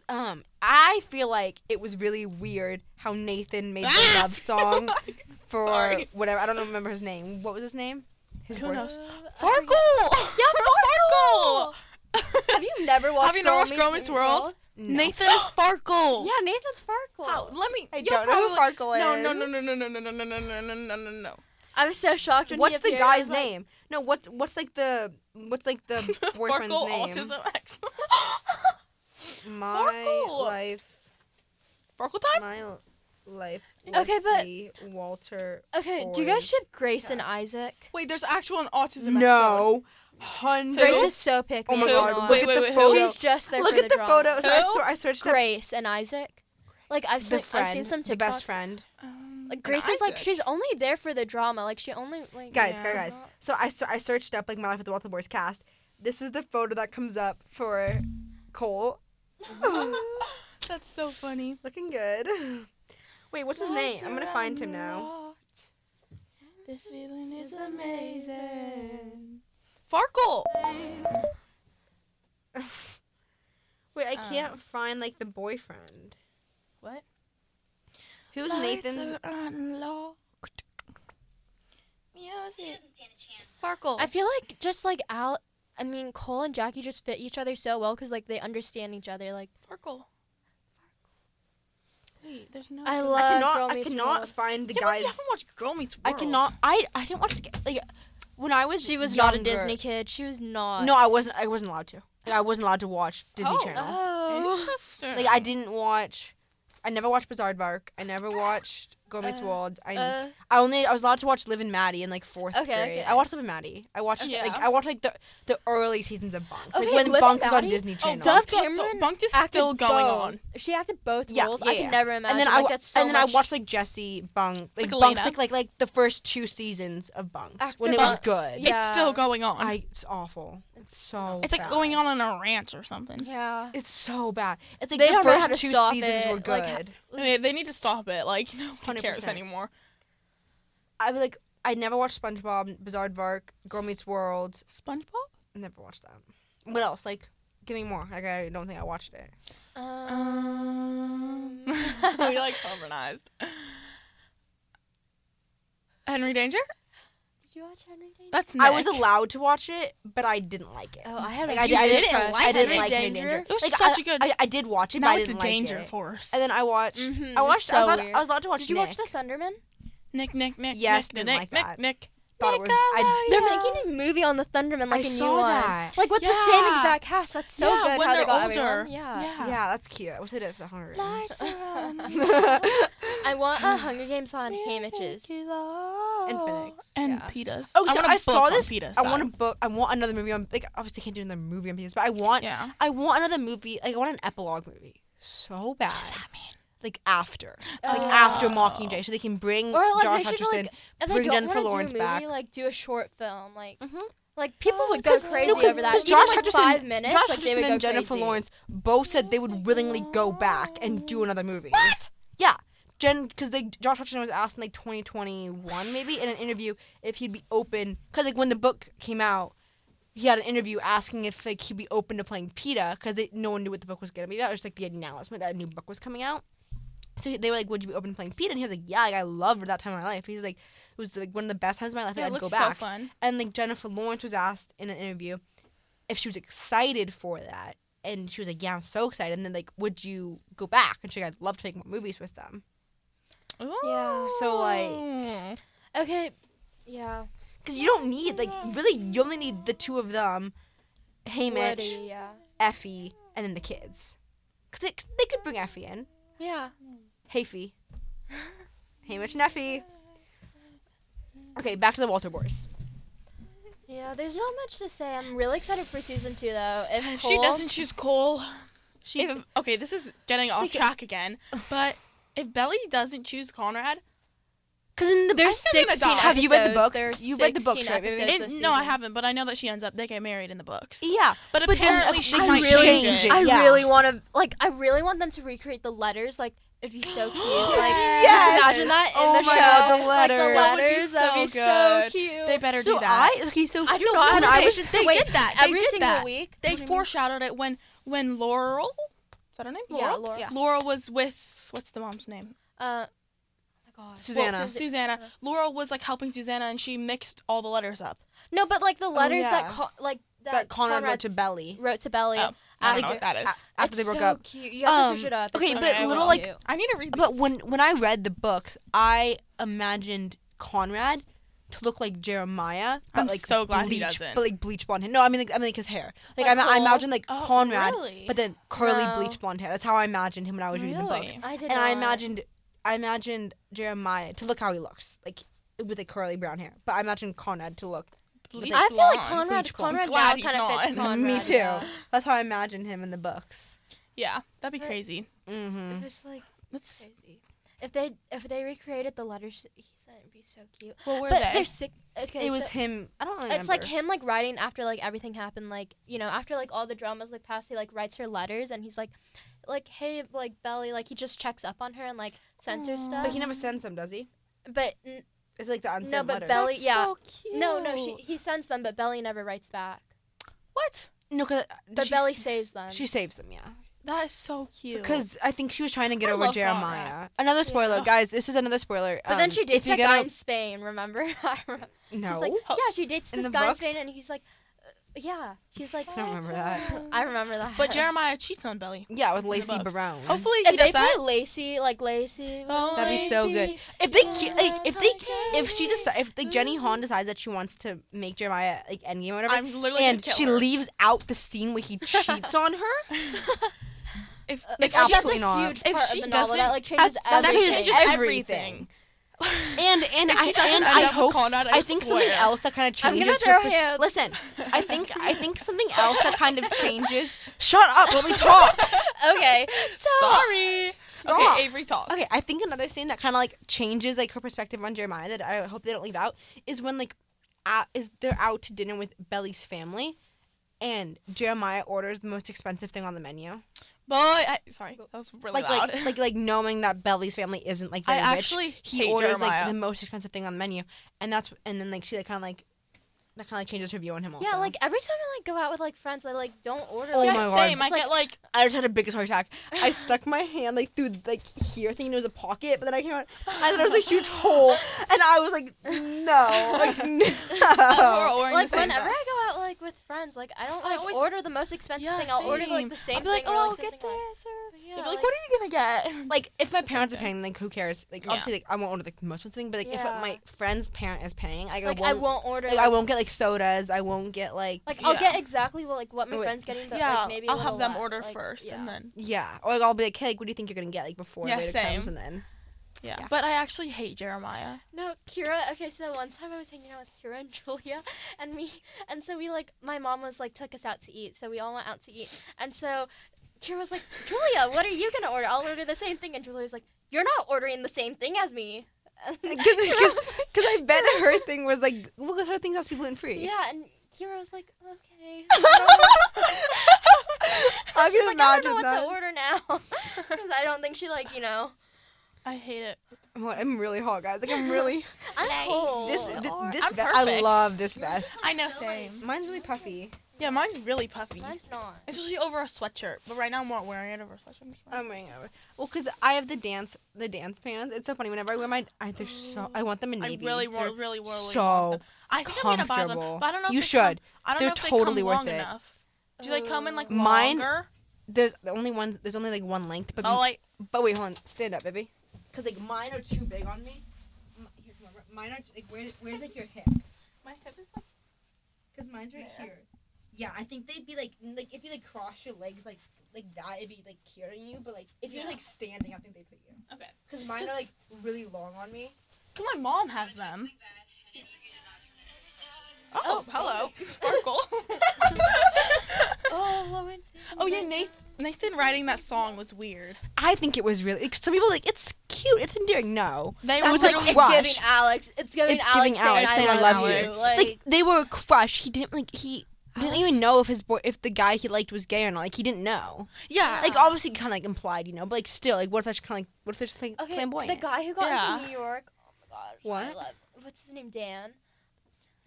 Speaker 2: um i feel like it was really weird how nathan made the
Speaker 3: <laughs>
Speaker 2: love song for
Speaker 3: Sorry.
Speaker 2: whatever i don't remember his name what was his name his
Speaker 3: Who
Speaker 2: boy-
Speaker 3: knows?
Speaker 1: Uh, I
Speaker 3: Farkle!
Speaker 1: forget-
Speaker 3: Yeah,
Speaker 2: <laughs>
Speaker 3: Farkle!
Speaker 1: Have
Speaker 3: <laughs>
Speaker 1: you never watched?
Speaker 3: Have you never
Speaker 1: Girl
Speaker 3: watched Girl
Speaker 1: Meets
Speaker 3: Meets World?
Speaker 2: No.
Speaker 3: Nathan is
Speaker 2: <gasps>
Speaker 3: Farkle!
Speaker 1: Yeah, Nathan's Farkle.
Speaker 3: Wow, let me.
Speaker 2: I
Speaker 3: you'll
Speaker 2: don't know who
Speaker 3: probably-
Speaker 2: Farkle is.
Speaker 3: No, no, no, no, no, no, no, no, no, no, no, no, no, no.
Speaker 1: I was so shocked when
Speaker 2: what's
Speaker 1: he
Speaker 2: the
Speaker 1: appeared. I
Speaker 2: guy's
Speaker 1: was like,
Speaker 2: name no what's what's like the what's like
Speaker 3: <laughs>
Speaker 2: the <laughs> boyfriend's
Speaker 3: Farkle
Speaker 2: name
Speaker 3: autism X. <laughs>
Speaker 2: my
Speaker 3: Farkle.
Speaker 2: life
Speaker 3: Farkle time?
Speaker 2: my life
Speaker 1: Okay, but-
Speaker 2: Leslie Walter
Speaker 1: Okay, do you guys
Speaker 2: Boys
Speaker 1: ship Grace and
Speaker 2: cast.
Speaker 1: Isaac?
Speaker 3: Wait, there's actual an autism. X going.
Speaker 2: no hundred
Speaker 1: Grace is so pick
Speaker 2: oh my
Speaker 1: me, I'm
Speaker 2: god look
Speaker 1: not.
Speaker 3: Wait,
Speaker 2: at
Speaker 3: wait,
Speaker 2: the
Speaker 3: wait, who?
Speaker 2: photo
Speaker 1: She's just there
Speaker 2: look
Speaker 1: for
Speaker 2: at
Speaker 1: the,
Speaker 2: the,
Speaker 1: drama.
Speaker 2: photos I,
Speaker 3: Who?
Speaker 2: sor- I searched up
Speaker 1: Grace and Isaac. Like I've
Speaker 2: the
Speaker 1: seen,
Speaker 2: friend,
Speaker 1: I've seen some TikToks.
Speaker 2: the best friend.
Speaker 3: Um,
Speaker 1: Like
Speaker 3: and
Speaker 1: Grace is like
Speaker 3: Isaac.
Speaker 1: she's only there for the drama. Like she only like
Speaker 2: Guys,
Speaker 3: Yeah.
Speaker 2: guys, guys. So I, ser- I searched up like my life with the Walter Boys cast. This is the photo that comes up for Cole, <laughs>
Speaker 3: <laughs> That's so funny.
Speaker 2: looking good. Wait, what's his name? I'm gonna find him now.
Speaker 3: This feeling is amazing. Farkle.
Speaker 2: <sighs> Wait, I
Speaker 1: Uh.
Speaker 3: Um,
Speaker 2: can't find like the boyfriend.
Speaker 3: What?
Speaker 2: Who's Nathan's?
Speaker 3: unlocked. Music.
Speaker 4: doesn't stand a chance.
Speaker 3: Farkle.
Speaker 1: I feel like just like Al, I mean Cole and Jackie just fit each other so well because like they understand each other. Like
Speaker 3: Farkle. Wait, there's no.
Speaker 1: I
Speaker 3: other-
Speaker 1: love-
Speaker 2: I
Speaker 1: Girl
Speaker 2: cannot. I
Speaker 1: Meets
Speaker 2: cannot
Speaker 1: World.
Speaker 2: find the
Speaker 3: Yeah, but you
Speaker 2: guys.
Speaker 3: haven't watched Girl Meets
Speaker 2: I
Speaker 3: World.
Speaker 2: cannot. I I didn't watch. the- Like when I was
Speaker 1: she was not a
Speaker 2: younger-
Speaker 1: Disney kid. She was not.
Speaker 2: No, I wasn't. I wasn't allowed to. Like, I wasn't allowed to watch Disney
Speaker 3: Oh.
Speaker 2: Channel.
Speaker 1: Oh.
Speaker 3: Interesting.
Speaker 2: Like I didn't watch. I never watched Bizarre Bark. I never watched Girl Meets
Speaker 1: Uh,
Speaker 2: World. I,
Speaker 1: Uh,
Speaker 2: I only I was allowed to watch Liv and Maddie in like fourth
Speaker 1: Okay,
Speaker 2: grade.
Speaker 1: okay.
Speaker 2: I watched Liv and Maddie. I watched
Speaker 3: Okay.
Speaker 2: like
Speaker 3: Yeah.
Speaker 2: I watched like the the early seasons of Bonk.
Speaker 1: Okay,
Speaker 2: like when
Speaker 1: Liv and
Speaker 2: Bonk was on
Speaker 1: Maddie?
Speaker 2: Disney
Speaker 3: Oh,
Speaker 2: Channel.
Speaker 1: Dove
Speaker 3: Dunked is
Speaker 1: Cameron
Speaker 3: so- Dunked is
Speaker 1: acted
Speaker 3: still going
Speaker 1: both.
Speaker 3: on.
Speaker 1: She acted both
Speaker 2: Yeah,
Speaker 1: roles.
Speaker 2: yeah,
Speaker 1: I could
Speaker 2: yeah.
Speaker 1: never
Speaker 2: and
Speaker 1: imagine.
Speaker 2: then I
Speaker 1: like,
Speaker 2: wa-
Speaker 1: that's so
Speaker 2: and then
Speaker 1: much-
Speaker 2: I watched like Jesse Bunk
Speaker 3: Like
Speaker 2: like Bunk's
Speaker 3: Elena.
Speaker 2: like like like the first two seasons of Bunk
Speaker 1: After
Speaker 2: when it was
Speaker 1: Bunk-
Speaker 2: good.
Speaker 1: yeah.
Speaker 3: It's still going on.
Speaker 2: I it's awful. It's so
Speaker 3: it's like
Speaker 2: bad.
Speaker 3: going on on a ranch or something.
Speaker 1: Yeah.
Speaker 2: It's so bad. It's like
Speaker 1: They
Speaker 2: the
Speaker 1: don't know how
Speaker 2: first
Speaker 1: to
Speaker 2: two
Speaker 1: stop
Speaker 2: seasons
Speaker 1: it,
Speaker 2: were good.
Speaker 1: like, ha-
Speaker 3: I mean, they need to stop it. Like, <laughs> no one
Speaker 2: 100%.
Speaker 3: cares anymore.
Speaker 2: I was like I never watched SpongeBob, Bizarre Vark, Girl Meets World.
Speaker 3: SpongeBob?
Speaker 2: Never watched that. What else? Like, give me more. Like I don't think I watched it. Uh, <laughs>
Speaker 1: Um.
Speaker 3: we like harmonized. Henry Danger?
Speaker 1: Did you watch Henry Danger?
Speaker 3: That's
Speaker 2: I was allowed to watch it, but I didn't like it.
Speaker 1: Oh, I had.
Speaker 2: Like,
Speaker 1: a
Speaker 2: I,
Speaker 1: huge
Speaker 2: I
Speaker 3: didn't
Speaker 1: crush
Speaker 3: like
Speaker 1: on
Speaker 2: I didn't
Speaker 3: Henry
Speaker 2: like Henry Danger.
Speaker 3: It was
Speaker 2: like,
Speaker 3: such
Speaker 2: a
Speaker 3: a good-
Speaker 2: I, I did watch it,
Speaker 3: now
Speaker 2: but I
Speaker 3: it's
Speaker 2: didn't
Speaker 3: a
Speaker 2: like
Speaker 3: danger
Speaker 2: it.
Speaker 3: force.
Speaker 2: And then I watched.
Speaker 1: Mhm,
Speaker 2: I
Speaker 1: it's
Speaker 2: watched. I,
Speaker 1: so
Speaker 2: was, allowed-
Speaker 1: weird.
Speaker 2: I was allowed to watch.
Speaker 1: Did you
Speaker 2: Nick.
Speaker 1: watch the Thunderman?
Speaker 3: Nick, Nick, Nick.
Speaker 2: Yes,
Speaker 3: Nick,
Speaker 2: didn't
Speaker 3: Nick,
Speaker 2: like
Speaker 3: Nick,
Speaker 2: that.
Speaker 3: Nick.
Speaker 2: Thought it was- I-
Speaker 1: They're
Speaker 3: Nickelodeon.
Speaker 1: making a movie on the Thunderman, like a new
Speaker 2: saw
Speaker 1: one,
Speaker 2: that.
Speaker 1: like with the same
Speaker 3: Yeah.
Speaker 1: exact cast. That's so
Speaker 3: Yeah,
Speaker 1: good.
Speaker 3: when
Speaker 1: how they
Speaker 3: they're
Speaker 1: got
Speaker 3: older.
Speaker 1: everyone. Yeah.
Speaker 3: Yeah.
Speaker 2: Yeah, that's cute. I wish I did it for the Hunger Games. <laughs>
Speaker 3: Lights are on.
Speaker 1: <laughs> I want a Hunger Games on Hamish's.
Speaker 3: And
Speaker 2: Phoenix.
Speaker 3: And
Speaker 1: Yeah.
Speaker 3: PETA's.
Speaker 2: Oh,
Speaker 3: I
Speaker 2: so
Speaker 3: want
Speaker 2: I,
Speaker 3: a book
Speaker 2: saw
Speaker 3: on
Speaker 2: this.
Speaker 3: PETA,
Speaker 2: I want
Speaker 3: sorry.
Speaker 2: a book. I want another movie on. Like, obviously, I can't do another movie on PETA's, but I want.
Speaker 3: Yeah.
Speaker 2: I want another movie. Like, I want an epilogue movie. So bad. Like after, like after
Speaker 1: Oh.
Speaker 2: Mockingjay, so they can bring
Speaker 1: Or like
Speaker 2: Josh
Speaker 1: they should
Speaker 2: Hutcherson.
Speaker 1: like if they
Speaker 2: bring
Speaker 1: don't
Speaker 2: Jennifer
Speaker 1: wanna
Speaker 2: Lawrence
Speaker 1: do a movie,
Speaker 2: back.
Speaker 1: like do a short film, like
Speaker 2: Mhm.
Speaker 1: like people would go
Speaker 2: 'Cause-
Speaker 1: crazy
Speaker 2: no, 'cause-
Speaker 1: over that.
Speaker 2: 'cause
Speaker 1: Even,
Speaker 2: Josh
Speaker 1: like,
Speaker 2: Hutcherson,
Speaker 1: five minutes,
Speaker 2: Josh
Speaker 1: like
Speaker 2: Hutcherson
Speaker 1: they would go
Speaker 2: and Jennifer
Speaker 1: crazy.
Speaker 2: Lawrence both said they would willingly go back and do another movie. What? Yeah. Jen, because they Josh Hutcherson was asked in like 2021 maybe in an interview if he'd be open, because like when the book came out, he had an interview asking if like he'd be open to playing PETA, because no one knew what the book was gonna be about. It was like the announcement that a new book was coming out. So they were like, "Would you be open to playing PETA?" And he was like, "Yeah, like I loved that time of my life." He was like, "It was like one of the best times of my life.
Speaker 3: Yeah,
Speaker 2: I'd
Speaker 3: it
Speaker 2: go
Speaker 3: looks so
Speaker 2: back."
Speaker 3: fun.
Speaker 2: And like Jennifer Lawrence was asked in an interview if she was excited for that, and she was like, "Yeah, I'm so excited." And then like, "Would you go back?" And she like, "I'd love to make more movies with them."
Speaker 1: Yeah.
Speaker 2: So, like-
Speaker 3: Ooh.
Speaker 1: Okay. Yeah.
Speaker 2: Because you don't need like really, you only need the two of them, Haymitch,
Speaker 1: Woody, yeah.
Speaker 2: Effie, and then the kids. Because they, 'cause they could bring Effie in,
Speaker 1: Yeah. <laughs>
Speaker 2: Hayfie, Haymitch, and Effie. Okay, back to the Walter Boys.
Speaker 1: Yeah. There's not much to say. I'm really excited for season two though. If
Speaker 3: She
Speaker 1: Cole-
Speaker 3: doesn't choose Cole.
Speaker 2: She
Speaker 3: If- okay, this is getting off
Speaker 2: Like-
Speaker 3: track again. But if Belly doesn't choose Conrad,
Speaker 2: because in the
Speaker 1: There's
Speaker 3: I'm gonna
Speaker 1: 16
Speaker 3: die.
Speaker 1: episodes.
Speaker 2: Have you read the books?
Speaker 1: There's
Speaker 2: You read the books,
Speaker 1: 16
Speaker 2: right, baby?
Speaker 1: episodes
Speaker 3: and-
Speaker 1: this
Speaker 3: no, I
Speaker 1: season.
Speaker 3: haven't. But I know that she ends up. They get married in the books.
Speaker 2: yeah,
Speaker 3: But
Speaker 2: But then-
Speaker 3: apparently she
Speaker 2: I
Speaker 3: might
Speaker 2: really-
Speaker 3: change it.
Speaker 2: I
Speaker 1: I
Speaker 2: yeah. really
Speaker 1: really want to like. I really want them to recreate the letters. Like it'd be so cute. <gasps> Like
Speaker 2: Yes!
Speaker 1: just imagine that in
Speaker 2: Oh
Speaker 1: the
Speaker 2: my
Speaker 1: show.
Speaker 2: God, the
Speaker 1: Like, the
Speaker 2: letters.
Speaker 3: That would be
Speaker 1: letters. That'd be
Speaker 3: so
Speaker 1: so
Speaker 3: good.
Speaker 1: cute.
Speaker 3: They better
Speaker 2: So
Speaker 3: do that.
Speaker 2: I okay. So
Speaker 1: I don't
Speaker 2: no,
Speaker 1: know.
Speaker 2: when
Speaker 1: how
Speaker 2: I
Speaker 1: they
Speaker 2: was
Speaker 1: should-
Speaker 3: they
Speaker 1: wait,
Speaker 3: did that. They
Speaker 1: every
Speaker 3: did
Speaker 1: single
Speaker 3: that.
Speaker 1: week.
Speaker 3: They
Speaker 1: What do you mean?
Speaker 3: foreshadowed it when when Laurel. Is that her name?
Speaker 1: Yeah,
Speaker 3: Laurel.
Speaker 1: Laura.
Speaker 2: Yeah.
Speaker 3: Laurel was with what's the mom's name?
Speaker 1: Uh, oh my God.
Speaker 2: Susanna.
Speaker 1: Well,
Speaker 2: Susa-
Speaker 3: Susanna. Laurel was like helping Susanna, and she mixed all the letters up.
Speaker 1: No, but like the letters
Speaker 2: yeah.
Speaker 1: that co- like Oh, that,
Speaker 2: that Conrad wrote
Speaker 1: Conrad's
Speaker 2: to Belly
Speaker 1: wrote to Belly.
Speaker 3: Oh, I don't
Speaker 1: after,
Speaker 3: know what that is.
Speaker 2: a- after
Speaker 1: it's
Speaker 2: they broke
Speaker 1: so
Speaker 2: up.
Speaker 1: cute. You have to search
Speaker 2: Um,
Speaker 1: it up.
Speaker 2: okay,
Speaker 1: It's
Speaker 2: but
Speaker 1: so
Speaker 2: little,
Speaker 1: cute.
Speaker 2: like-
Speaker 3: I need to read.
Speaker 2: But
Speaker 3: these.
Speaker 2: when when I read the books, I imagined Conrad to look like Jeremiah, but
Speaker 3: I'm
Speaker 2: like
Speaker 3: so glad he
Speaker 2: bleach,
Speaker 3: doesn't.
Speaker 2: but like bleach blonde hair. No, I mean like I mean like his hair. Like,
Speaker 1: Like
Speaker 2: I, I
Speaker 1: Cole?
Speaker 2: imagine like
Speaker 3: Oh,
Speaker 2: Conrad,
Speaker 3: really?
Speaker 2: but then curly
Speaker 1: No.
Speaker 2: bleach blonde hair. That's how I imagined him when I was reading the books.
Speaker 3: Really?
Speaker 1: I did.
Speaker 2: And I
Speaker 1: not.
Speaker 2: imagined I imagined Jeremiah to look how he looks, like with like curly brown hair. But I imagined Conrad to look.
Speaker 3: Bleach
Speaker 1: I feel like
Speaker 3: blonde.
Speaker 1: Conrad.
Speaker 2: bleach blonde.
Speaker 1: Conrad
Speaker 3: Glad
Speaker 1: now
Speaker 3: he's
Speaker 1: kind of fits
Speaker 3: not.
Speaker 1: Conrad.
Speaker 2: Me too.
Speaker 1: yeah.
Speaker 2: That's how I imagined him in the books.
Speaker 3: Yeah, that'd be
Speaker 1: But-
Speaker 3: crazy.
Speaker 2: Mm-hmm.
Speaker 1: It was like
Speaker 3: That's
Speaker 1: crazy. If they if they recreated the letters he sent, it'd be so cute.
Speaker 3: well, were
Speaker 1: but
Speaker 3: they?
Speaker 1: there's sick. Okay,
Speaker 2: It was
Speaker 1: so
Speaker 2: him. I don't remember.
Speaker 1: it's like him like writing after like everything happened, like you know after like all the dramas like past. He like writes her letters and he's like, like hey like Belly like he just checks up on her and like sends her
Speaker 3: Aw.
Speaker 1: stuff.
Speaker 2: But he never sends them, does he?
Speaker 1: But n-
Speaker 2: It's like the unsaid
Speaker 1: No, but
Speaker 2: letter.
Speaker 1: Bella- Belly-
Speaker 3: That's
Speaker 1: yeah.
Speaker 3: so cute.
Speaker 1: No, no, she, he sends them, but Belly never writes back.
Speaker 3: What?
Speaker 2: no, because
Speaker 1: But Belly saves them.
Speaker 2: she saves them, yeah.
Speaker 3: That is so cute.
Speaker 2: Because I think she was trying to get
Speaker 3: I
Speaker 2: over
Speaker 3: love Brat Rat.
Speaker 2: Jeremiah. Another spoiler,
Speaker 3: Yeah.
Speaker 2: guys. This is another spoiler.
Speaker 1: but then
Speaker 2: Um,
Speaker 1: she dates
Speaker 2: if you're
Speaker 1: that guy
Speaker 2: gonna-
Speaker 1: in Spain. Remember? <laughs> I remember.
Speaker 2: No,
Speaker 1: She's like,
Speaker 3: Oh.
Speaker 1: yeah, she dates
Speaker 2: In
Speaker 1: this
Speaker 2: the
Speaker 1: guy
Speaker 2: books?
Speaker 1: in Spain, and he's like, uh, yeah. She's like,
Speaker 2: I don't remember
Speaker 3: That's
Speaker 2: that.
Speaker 1: I remember that.
Speaker 2: <laughs>
Speaker 3: But Jeremiah cheats on Belly.
Speaker 2: yeah, with
Speaker 3: the
Speaker 2: Lacey
Speaker 3: books.
Speaker 2: Brown.
Speaker 3: Hopefully he
Speaker 1: if they
Speaker 3: does
Speaker 1: play
Speaker 3: that.
Speaker 1: Lacey, like Lacey,
Speaker 3: Oh,
Speaker 2: That'd be so good.
Speaker 3: Lacey,
Speaker 2: If they,
Speaker 1: yeah,
Speaker 2: ke- like, if they,
Speaker 3: okay.
Speaker 2: if she decides, if like Jenny Hahn decides that she wants to make Jeremiah like endgame or whatever,
Speaker 3: I'm literally gonna
Speaker 2: and
Speaker 3: kill
Speaker 2: she
Speaker 3: her.
Speaker 2: leaves out the scene where he cheats on her,
Speaker 3: If,
Speaker 2: uh, Like,
Speaker 3: if
Speaker 1: like, that's
Speaker 3: she
Speaker 1: a
Speaker 2: absolutely not.
Speaker 1: huge
Speaker 3: If
Speaker 1: part
Speaker 3: she
Speaker 1: of the novel. That
Speaker 3: doesn't-
Speaker 1: like changes
Speaker 2: that
Speaker 3: that
Speaker 1: everything.
Speaker 3: changes
Speaker 2: everything.
Speaker 3: everything.
Speaker 2: and and
Speaker 3: If
Speaker 2: I
Speaker 3: she doesn't
Speaker 2: and
Speaker 3: end
Speaker 2: I
Speaker 3: up with
Speaker 2: hope
Speaker 3: Conrad,
Speaker 2: I, think something
Speaker 3: swear.
Speaker 2: else that kind of
Speaker 1: I'm gonna
Speaker 2: changes her.
Speaker 1: throw
Speaker 2: pers-
Speaker 1: hands.
Speaker 2: Listen,
Speaker 1: <laughs>
Speaker 2: I think I think something else that kind of changes. Shut up, let me talk.
Speaker 1: <laughs> okay, so
Speaker 3: Sorry.
Speaker 2: Stop.
Speaker 3: Okay, Avery talk.
Speaker 2: Okay, I think another thing that kind of like changes like her perspective on Jeremiah that I hope they don't leave out is when like out, is they're out to dinner with Belly's family, and Jeremiah orders the most expensive thing on the menu.
Speaker 3: But I, sorry, that was
Speaker 1: Oh
Speaker 3: really
Speaker 2: Like
Speaker 3: loud.
Speaker 2: like like like knowing that Belly's family isn't like
Speaker 3: <laughs> I
Speaker 2: very rich,
Speaker 3: actually
Speaker 2: he
Speaker 3: hate
Speaker 2: orders like
Speaker 3: Jeremiah.
Speaker 2: the most expensive thing on the menu, and that's and then like she like kind of like that kind of like changes her view on him. Also.
Speaker 1: yeah, like every time I like go out with like friends, I like don't order.
Speaker 2: Oh
Speaker 1: like,
Speaker 2: my
Speaker 3: yeah,
Speaker 2: God.
Speaker 3: same. I
Speaker 1: It's like-
Speaker 3: get like
Speaker 2: I just had a biggest heart attack. I stuck my hand like through like here, thinking it was a pocket, but then I came out and there was a huge hole, and I was like, no,
Speaker 1: <laughs>
Speaker 2: like oh.
Speaker 3: we're
Speaker 2: no.
Speaker 3: all wearing the
Speaker 1: Like
Speaker 3: same
Speaker 1: whenever
Speaker 3: vest.
Speaker 1: I go out like with friends, like I don't
Speaker 3: I
Speaker 1: like
Speaker 3: always-
Speaker 1: order the most expensive
Speaker 3: yeah,
Speaker 1: thing. I'll order like the
Speaker 3: same.
Speaker 1: same
Speaker 3: I'll be like,
Speaker 1: thing
Speaker 3: oh,
Speaker 1: or
Speaker 3: I'll
Speaker 1: like
Speaker 3: get
Speaker 1: something
Speaker 3: this.
Speaker 1: like.
Speaker 3: Or...
Speaker 1: Yeah,
Speaker 3: They'll be like,
Speaker 1: like-
Speaker 3: what are you gonna get?
Speaker 2: Like if my parents are
Speaker 3: thing.
Speaker 2: paying, like who cares? Like
Speaker 3: Yeah.
Speaker 2: obviously, like I won't order like the most expensive thing, but like if
Speaker 1: Yeah.
Speaker 2: my friend's parent is paying, like,
Speaker 1: Like
Speaker 2: I
Speaker 1: I
Speaker 2: won't,
Speaker 1: won't order.
Speaker 2: like I won't get like sodas. I won't get like,
Speaker 1: Like I'll get
Speaker 3: Yeah.
Speaker 1: exactly what like what my
Speaker 2: Wait,
Speaker 1: friend's getting, but
Speaker 3: yeah,
Speaker 1: like maybe a
Speaker 3: I'll have
Speaker 1: little
Speaker 3: them
Speaker 1: less,
Speaker 3: order
Speaker 1: like,
Speaker 3: first,
Speaker 1: yeah.
Speaker 3: and then
Speaker 2: yeah, or like I'll be like, hey, like, what do you think you're gonna get like before
Speaker 3: Yeah,
Speaker 2: later
Speaker 3: same.
Speaker 2: comes,
Speaker 1: <laughs>
Speaker 2: and then
Speaker 3: yeah.
Speaker 2: Yeah.
Speaker 3: But I actually hate Jeremiah.
Speaker 1: No, Kira. Okay, so one time I was hanging out with Kira and <laughs> Julia, and we, and so we like, my mom was like, took us out to eat, so we all went out to eat, and so Kira was like, Julia, what are you gonna order? I'll order the same thing, and Julia was like, You're not ordering the same thing as me. <laughs> And
Speaker 2: because
Speaker 1: I
Speaker 2: because
Speaker 1: <laughs> was like-
Speaker 2: I bet her thing was like, well, 'cause her thing has to be gluten free.
Speaker 1: yeah, and Kira was like, Okay.
Speaker 2: <laughs> I
Speaker 1: She's
Speaker 2: can
Speaker 1: like, I don't
Speaker 2: imagine
Speaker 1: know what
Speaker 2: that.
Speaker 1: to order now, <laughs> because I don't think she like, you know,
Speaker 3: I hate it.
Speaker 2: Well, I'm really hot, guys. Like I'm
Speaker 1: <laughs>
Speaker 2: really
Speaker 1: I'm
Speaker 4: Nice.
Speaker 1: cold.
Speaker 2: this
Speaker 4: Oh,
Speaker 2: thi-
Speaker 4: or-
Speaker 2: this
Speaker 3: I'm
Speaker 2: vest. I
Speaker 3: perfect.
Speaker 2: love this vest.
Speaker 3: I know,
Speaker 4: so, like-
Speaker 3: same.
Speaker 2: Mine's really puffy.
Speaker 3: Yeah, mine's really puffy.
Speaker 1: Mine's not.
Speaker 3: Especially over a sweatshirt. But right now I'm not wearing it over a sweatshirt. I'm just wearing
Speaker 2: I'm wearing it. Oh Well, cause I have the dance the dance pants. It's so funny. Whenever I wear my, I, they're so. I want them in
Speaker 3: I
Speaker 2: navy.
Speaker 3: really,
Speaker 2: They're
Speaker 3: really, really, really
Speaker 2: so
Speaker 3: want them. I think I'm gonna buy them,
Speaker 2: comfortable.
Speaker 3: but I don't know. If
Speaker 2: You
Speaker 3: they
Speaker 2: should.
Speaker 3: Come, I don't
Speaker 2: They're
Speaker 3: know if
Speaker 2: totally
Speaker 3: they come
Speaker 2: worth
Speaker 3: long
Speaker 2: it.
Speaker 3: Enough. Do they come in like
Speaker 1: Ooh.
Speaker 2: Mine-
Speaker 3: longer?
Speaker 2: There's the only one. There's only like one length. But
Speaker 3: Oh, like
Speaker 2: but wait, hold on. Stand up, baby. Cause like mine are too big on me. M- Here, come over. Mine are t- like where, where's like your hip?
Speaker 3: my hip is like
Speaker 2: Cause mine's right
Speaker 3: There.
Speaker 2: here. Yeah, I think they'd be like like if you like cross your legs like like that, it'd be like cuter than you. But like if you're
Speaker 3: Yeah.
Speaker 2: like standing, I think they'd fit you.
Speaker 3: okay.
Speaker 2: Cause mine are
Speaker 3: 'Cause-
Speaker 2: like really long on me.
Speaker 3: Cause my mom has them. Oh, hello, Sparkle. <laughs>
Speaker 1: Oh, Lawrence.
Speaker 3: oh yeah, Nathan. Nathan writing that song was weird.
Speaker 2: I think it was really. Like, some people are like it's cute, it's endearing. No,
Speaker 3: They
Speaker 2: That
Speaker 3: were
Speaker 2: was,
Speaker 1: like
Speaker 2: like,
Speaker 1: it's
Speaker 3: literally-
Speaker 2: crush.
Speaker 1: giving Alex. It's giving
Speaker 2: it's
Speaker 1: Alex
Speaker 2: giving
Speaker 1: saying,
Speaker 2: Alex
Speaker 1: I
Speaker 2: saying I love you.
Speaker 1: Like,
Speaker 2: Like, they were a crush. He didn't like he. Didn't
Speaker 3: Alex-
Speaker 2: even know if his boy, if the guy he liked was gay or not. Like he didn't know.
Speaker 3: yeah.
Speaker 2: Like obviously, kind of like implied, you know. But like still, like what if that's kind of like what if there's flam-
Speaker 1: okay,
Speaker 2: flamboyant?
Speaker 1: the guy who got into
Speaker 3: Yeah.
Speaker 1: New York. Oh my gosh. I
Speaker 2: What?
Speaker 1: love, what's his name? Dan.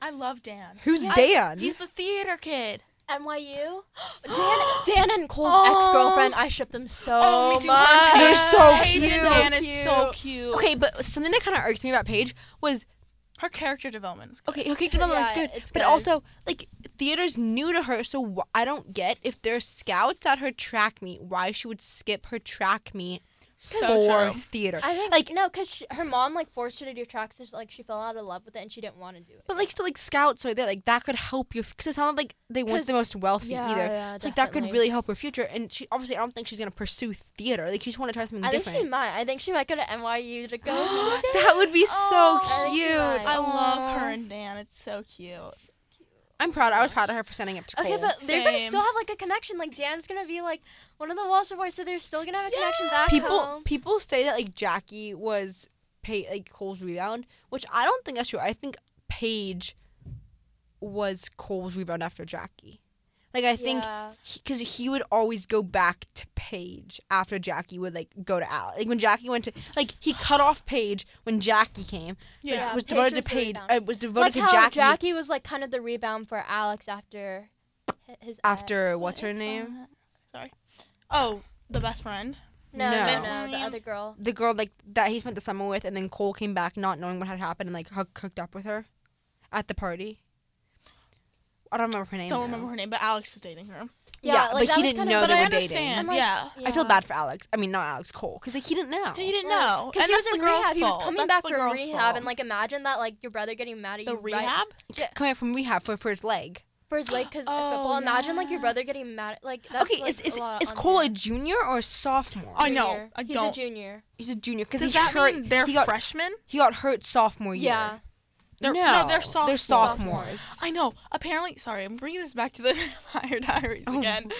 Speaker 3: I love Dan.
Speaker 2: Who's
Speaker 1: Yeah,
Speaker 2: Dan?
Speaker 3: He's the theater kid.
Speaker 1: NYU. <gasps>
Speaker 2: <gasps>
Speaker 1: Dan. Dan and Cole's
Speaker 2: Oh.
Speaker 1: ex-girlfriend. I ship them so
Speaker 3: Oh, me too.
Speaker 1: much.
Speaker 2: They're so
Speaker 3: Paige
Speaker 2: cute.
Speaker 3: and Dan is so cute.
Speaker 2: okay, but something that kind of irks me about Paige was
Speaker 3: Her character development is good.
Speaker 2: Okay, okay, no, no,
Speaker 1: Yeah,
Speaker 2: it's good.
Speaker 1: it's
Speaker 2: but
Speaker 1: good.
Speaker 2: also, like, theater's new to her, so wh- I don't get if there's scouts at her track meet, why she would skip her track meet
Speaker 3: So
Speaker 2: for
Speaker 3: true.
Speaker 2: theater.
Speaker 1: I think
Speaker 2: like,
Speaker 1: like no, cause she, her mom like forced her to do tracks. So she, like she fell out of love with it and she didn't want to do it.
Speaker 2: but like, still, like scouts are there, like that could help you because it sounded like they weren't
Speaker 1: 'Cause-
Speaker 2: the most wealthy
Speaker 1: yeah,
Speaker 2: either.
Speaker 1: yeah,
Speaker 2: like that could
Speaker 1: definitely.
Speaker 2: really help her future, and she obviously I don't think she's gonna pursue theater. Like she just want to try something
Speaker 1: I think
Speaker 2: different.
Speaker 1: she might. I think she might go to NYU to <gasps> go. see Dan.
Speaker 2: <gasps> that would be so
Speaker 1: Oh, I think she
Speaker 2: cute.
Speaker 1: might.
Speaker 3: I love her
Speaker 2: Aw.
Speaker 3: and Dan. It's so cute.
Speaker 2: I'm proud. I was proud of her for signing up to
Speaker 1: Okay,
Speaker 2: Cole.
Speaker 1: but they're gonna
Speaker 3: Same.
Speaker 1: still have like a connection. Like Dan's gonna be like one of the Walter boys, so they're still gonna have a connection back
Speaker 2: people
Speaker 1: home.
Speaker 2: people say that like Jackie was pay like Cole's rebound, which I don't think that's true. I think Paige was Cole's rebound after Jackie. Like I think
Speaker 1: Yeah.
Speaker 2: because he, would always go back to Paige after Jackie would like go to Al. Like when Jackie went to like he cut off Paige when Jackie came. Like,
Speaker 1: Yeah,
Speaker 2: was
Speaker 1: Paige
Speaker 2: devoted
Speaker 1: was the
Speaker 2: to Paige.
Speaker 1: rebound.
Speaker 2: Uh, was
Speaker 1: Like
Speaker 2: devoted
Speaker 1: how
Speaker 2: to Jackie,
Speaker 1: Jackie. was like kind of the rebound for Alex after hi- his ex.
Speaker 2: after what's her
Speaker 3: It's,
Speaker 2: name?
Speaker 3: uh, Sorry. Oh, the best friend.
Speaker 1: No,
Speaker 2: No.
Speaker 1: no,
Speaker 2: Vince
Speaker 1: no, the
Speaker 3: William.
Speaker 1: other girl.
Speaker 2: The girl like that he spent the summer with, and then Cole came back not knowing what had happened and like hook- hooked up with her at the party. I don't remember her name.
Speaker 3: Don't
Speaker 2: now.
Speaker 3: remember her name, but Alex was dating her.
Speaker 2: Yeah,
Speaker 1: like,
Speaker 2: but
Speaker 1: that
Speaker 2: he
Speaker 1: was
Speaker 2: didn't
Speaker 1: kind
Speaker 2: know
Speaker 1: of-
Speaker 3: but
Speaker 2: they
Speaker 3: I
Speaker 2: were
Speaker 3: understand.
Speaker 2: dating.
Speaker 1: I'm like,
Speaker 3: yeah.
Speaker 2: I feel bad for Alex. I mean, not Alex Cole, because like he didn't know.
Speaker 3: He didn't know.
Speaker 1: Because
Speaker 3: and
Speaker 1: he was
Speaker 3: that's
Speaker 1: in
Speaker 3: the girl's
Speaker 1: rehab. He was
Speaker 3: fault.
Speaker 1: coming
Speaker 3: That's
Speaker 1: back
Speaker 3: the
Speaker 1: from
Speaker 3: girl's
Speaker 1: rehab,
Speaker 3: fault.
Speaker 1: and like imagine that like your brother getting mad at
Speaker 3: the
Speaker 1: you right-
Speaker 3: rehab.
Speaker 1: Yeah.
Speaker 2: coming from rehab for, for his leg.
Speaker 1: for his leg because
Speaker 3: Oh,
Speaker 1: football. Imagine like your
Speaker 3: yeah.
Speaker 1: brother getting mad. Like that's
Speaker 2: okay,
Speaker 1: like,
Speaker 2: is is,
Speaker 1: a lot
Speaker 2: is
Speaker 1: on
Speaker 2: Cole a
Speaker 1: him.
Speaker 2: junior or a sophomore?
Speaker 3: I know,
Speaker 1: Junior.
Speaker 3: I
Speaker 1: He's
Speaker 3: don't-
Speaker 1: a junior.
Speaker 2: He's a junior because
Speaker 3: Does
Speaker 2: he
Speaker 3: that
Speaker 2: hurt.
Speaker 3: mean they're
Speaker 2: he got
Speaker 3: freshmen?
Speaker 2: he got hurt sophomore year.
Speaker 1: Yeah.
Speaker 3: They're-
Speaker 2: no,
Speaker 3: no, they're
Speaker 2: They're
Speaker 3: sophomores.
Speaker 2: sophomores.
Speaker 3: I know. Apparently, sorry, I'm bringing this back to the <laughs> Vampire Diaries
Speaker 2: Oh.
Speaker 3: again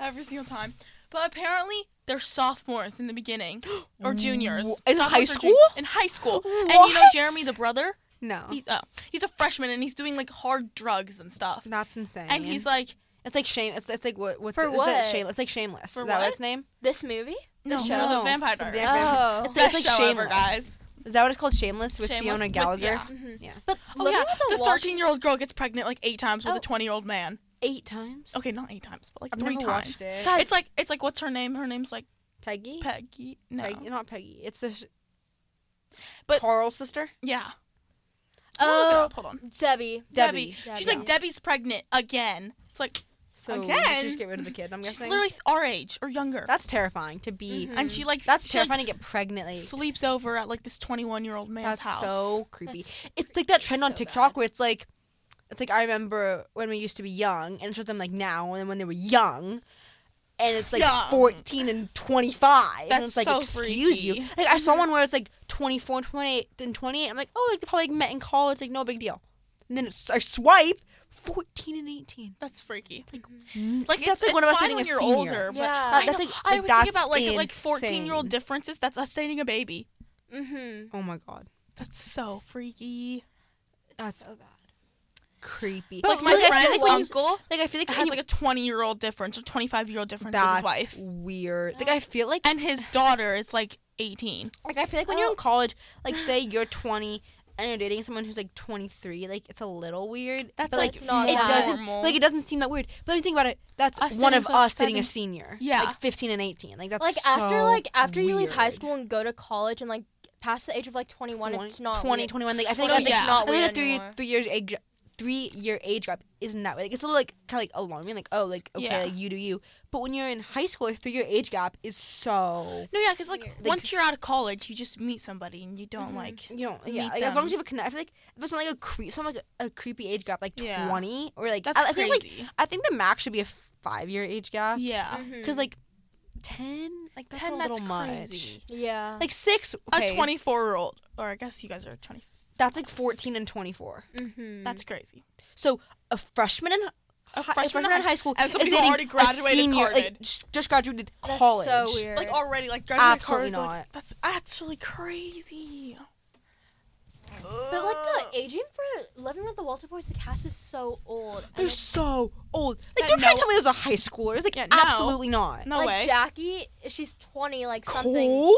Speaker 3: every single time. But apparently, they're sophomores in the beginning
Speaker 2: <gasps>
Speaker 3: or juniors.
Speaker 2: Wh- in
Speaker 3: Sophomores
Speaker 2: high
Speaker 3: or
Speaker 2: school?
Speaker 3: jun- in high school. And you know
Speaker 2: What?
Speaker 3: Jeremy, the brother,
Speaker 2: No,
Speaker 3: he's oh, he's a freshman and he's doing like hard drugs and stuff.
Speaker 2: that's insane.
Speaker 3: And he's like,
Speaker 2: it's like shame. It's, it's like what what's
Speaker 1: For
Speaker 2: the- is that
Speaker 1: what?
Speaker 2: shame? It's like shameless.
Speaker 3: For
Speaker 2: is that
Speaker 3: what?
Speaker 2: its name?
Speaker 1: This movie?
Speaker 3: no,
Speaker 1: show?
Speaker 3: no,
Speaker 2: No,
Speaker 3: the Vampire
Speaker 2: from the
Speaker 3: Diaries.
Speaker 2: Vampire-
Speaker 1: Oh.
Speaker 2: It's,
Speaker 3: Best
Speaker 2: it's like
Speaker 3: show
Speaker 2: shameless.
Speaker 3: ever, guys.
Speaker 2: Is that what it's called? Shameless with
Speaker 3: Shameless
Speaker 2: Fiona
Speaker 3: with-
Speaker 2: Gallagher.
Speaker 3: yeah.
Speaker 1: Mhm.
Speaker 2: Yeah.
Speaker 1: But
Speaker 3: Oh
Speaker 1: look
Speaker 3: yeah,
Speaker 1: at the,
Speaker 3: the
Speaker 1: watch-
Speaker 3: thirteen-year-old girl gets pregnant like eight times with
Speaker 1: Oh.
Speaker 3: a twenty-year-old man.
Speaker 2: Eight times.
Speaker 3: Okay, not eight times, but like
Speaker 2: I've
Speaker 3: three
Speaker 2: never
Speaker 3: times.
Speaker 2: watched it.
Speaker 1: Guys,
Speaker 3: It's like it's like what's her name? Her name's like
Speaker 2: Peggy.
Speaker 3: Peggy. No,
Speaker 2: Peggy. Not Peggy. It's the. Sh-
Speaker 3: But-
Speaker 2: Carl's sister.
Speaker 3: yeah. I'll look it
Speaker 1: oh,
Speaker 3: up. Hold on.
Speaker 1: Debbie.
Speaker 3: Debbie.
Speaker 1: Debbie.
Speaker 3: She's like Debbie's pregnant again. It's like
Speaker 2: So we
Speaker 3: Again?
Speaker 2: should just get rid of the kid. I'm
Speaker 3: she's
Speaker 2: guessing.
Speaker 3: literally our age or younger,
Speaker 2: That's terrifying to be.
Speaker 1: Mhm.
Speaker 3: and she like
Speaker 2: That's
Speaker 3: she, like,
Speaker 2: terrifying to get pregnant. Like,
Speaker 3: sleeps over at like this twenty-one-year-old man's
Speaker 2: that's
Speaker 3: house.
Speaker 2: so creepy.
Speaker 1: That's
Speaker 2: it's like that trend on
Speaker 1: so
Speaker 2: TikTok
Speaker 1: bad.
Speaker 2: where it's like, it's like I remember when we used to be young, and it shows them like now and then when they were young, and it's like
Speaker 3: Young.
Speaker 2: fourteen and twenty five. and
Speaker 3: That's
Speaker 2: it's like,
Speaker 3: so
Speaker 2: excuse you.
Speaker 3: freaky. Mm-hmm.
Speaker 2: Like I saw one where it's like twenty four, twenty eight, and twenty eight. I'm like, oh, like they probably like, met in college. Like no big deal. And then it's, I swipe fourteen and eighteen.
Speaker 3: That's freaky. Mm. Like,
Speaker 2: Like
Speaker 3: it's,
Speaker 2: that's like
Speaker 3: it's
Speaker 2: one of us
Speaker 3: fine
Speaker 2: dating a
Speaker 3: when you're
Speaker 2: senior.
Speaker 3: older. But
Speaker 1: Yeah.
Speaker 3: I,
Speaker 2: Uh, that's
Speaker 3: know-
Speaker 2: like-
Speaker 3: I
Speaker 2: like,
Speaker 3: always think
Speaker 2: that's
Speaker 3: about like like
Speaker 2: insane.
Speaker 3: fourteen-year-old differences. That's us dating a baby.
Speaker 1: Mm-hmm.
Speaker 2: Oh my god,
Speaker 3: That's so freaky.
Speaker 2: That's-
Speaker 1: so bad.
Speaker 2: creepy.
Speaker 3: But like my
Speaker 2: Like, I feel
Speaker 3: friend's
Speaker 2: like when you-
Speaker 3: uncle
Speaker 2: like I feel like
Speaker 3: has
Speaker 2: any-
Speaker 3: like a twenty-year-old difference or twenty-five-year-old difference
Speaker 2: that's
Speaker 3: with his wife,
Speaker 2: weird. Like I feel like
Speaker 3: and his daughter is like eighteen.
Speaker 2: Like I feel like when you're
Speaker 1: Oh.
Speaker 2: in college,
Speaker 1: <sighs>
Speaker 2: like say you're 20 and you're dating someone who's like 23, like it's a little weird.
Speaker 3: That's
Speaker 2: but,
Speaker 1: like
Speaker 2: like
Speaker 1: not
Speaker 2: it
Speaker 1: that
Speaker 2: doesn't
Speaker 3: normal.
Speaker 2: like it doesn't seem that weird. But when you think about it, that's
Speaker 3: Us
Speaker 2: one of
Speaker 3: dating
Speaker 2: us
Speaker 3: seven-
Speaker 2: dating a senior.
Speaker 3: Yeah.
Speaker 2: like 15 and 18. Like that's
Speaker 1: Like after
Speaker 2: so
Speaker 1: like after you leave high
Speaker 2: weird.
Speaker 1: school and go to college and like past the age of like 21,
Speaker 2: 20,
Speaker 1: it's not
Speaker 2: 20,
Speaker 1: weird.
Speaker 2: 21. Like I feel
Speaker 1: Well,
Speaker 2: like
Speaker 1: no, it's
Speaker 2: that's, like,
Speaker 1: not
Speaker 2: I feel like
Speaker 1: weird
Speaker 2: a three
Speaker 1: anymore.
Speaker 2: three years age three year age gap isn't that weird. Like it's a little like kind of like alarming. Like oh like okay
Speaker 3: Yeah.
Speaker 2: like you do you. But when you're in high school, a three year age gap is so
Speaker 3: No, yeah, because like
Speaker 1: Weird.
Speaker 2: They
Speaker 3: once you're out of college, you just meet somebody and you don't
Speaker 1: Mhm.
Speaker 2: Mm-hmm.
Speaker 3: like.
Speaker 2: You know, yeah.
Speaker 3: meet
Speaker 2: Like, as long as you
Speaker 3: them.
Speaker 2: have a connect, I feel like if it's not like a creep, some like a, a creepy age gap, like
Speaker 3: Yeah.
Speaker 2: twenty or like
Speaker 3: That's
Speaker 2: I, I
Speaker 3: crazy.
Speaker 2: think like I think the max should be a five year age gap.
Speaker 3: yeah,
Speaker 1: Mhm.
Speaker 2: Because like ten, like mm-hmm. that's a
Speaker 3: ten.
Speaker 2: little
Speaker 3: That's
Speaker 2: much.
Speaker 3: crazy.
Speaker 1: yeah.
Speaker 2: Like six,
Speaker 3: A
Speaker 2: okay, Mm-hmm.
Speaker 3: twenty-four-year-old, or I guess you guys are twenty.
Speaker 2: That's like fourteen and twenty four.
Speaker 1: mm-hmm.
Speaker 3: That's crazy.
Speaker 2: So a freshman in
Speaker 3: A
Speaker 2: hi- a freshman in high school
Speaker 3: and
Speaker 2: is
Speaker 3: somebody who
Speaker 2: dating
Speaker 3: already
Speaker 2: a
Speaker 3: graduated
Speaker 2: senior, like
Speaker 3: carded.
Speaker 2: sh- just graduated
Speaker 1: That's
Speaker 2: college.
Speaker 1: so weird.
Speaker 3: like already like graduated
Speaker 2: Absolutely
Speaker 3: college, like,
Speaker 2: not.
Speaker 3: that's actually crazy.
Speaker 1: But like the aging for Living with the Walter Boys, the cast is so old. and,
Speaker 2: They're
Speaker 1: like,
Speaker 2: so old. Like
Speaker 3: That
Speaker 2: don't try to
Speaker 3: no-
Speaker 2: tell me those are high schoolers. Like
Speaker 3: Yeah, no.
Speaker 2: absolutely not.
Speaker 3: no
Speaker 1: like
Speaker 3: way.
Speaker 1: Jackie, she's 20, like something.
Speaker 2: Cool.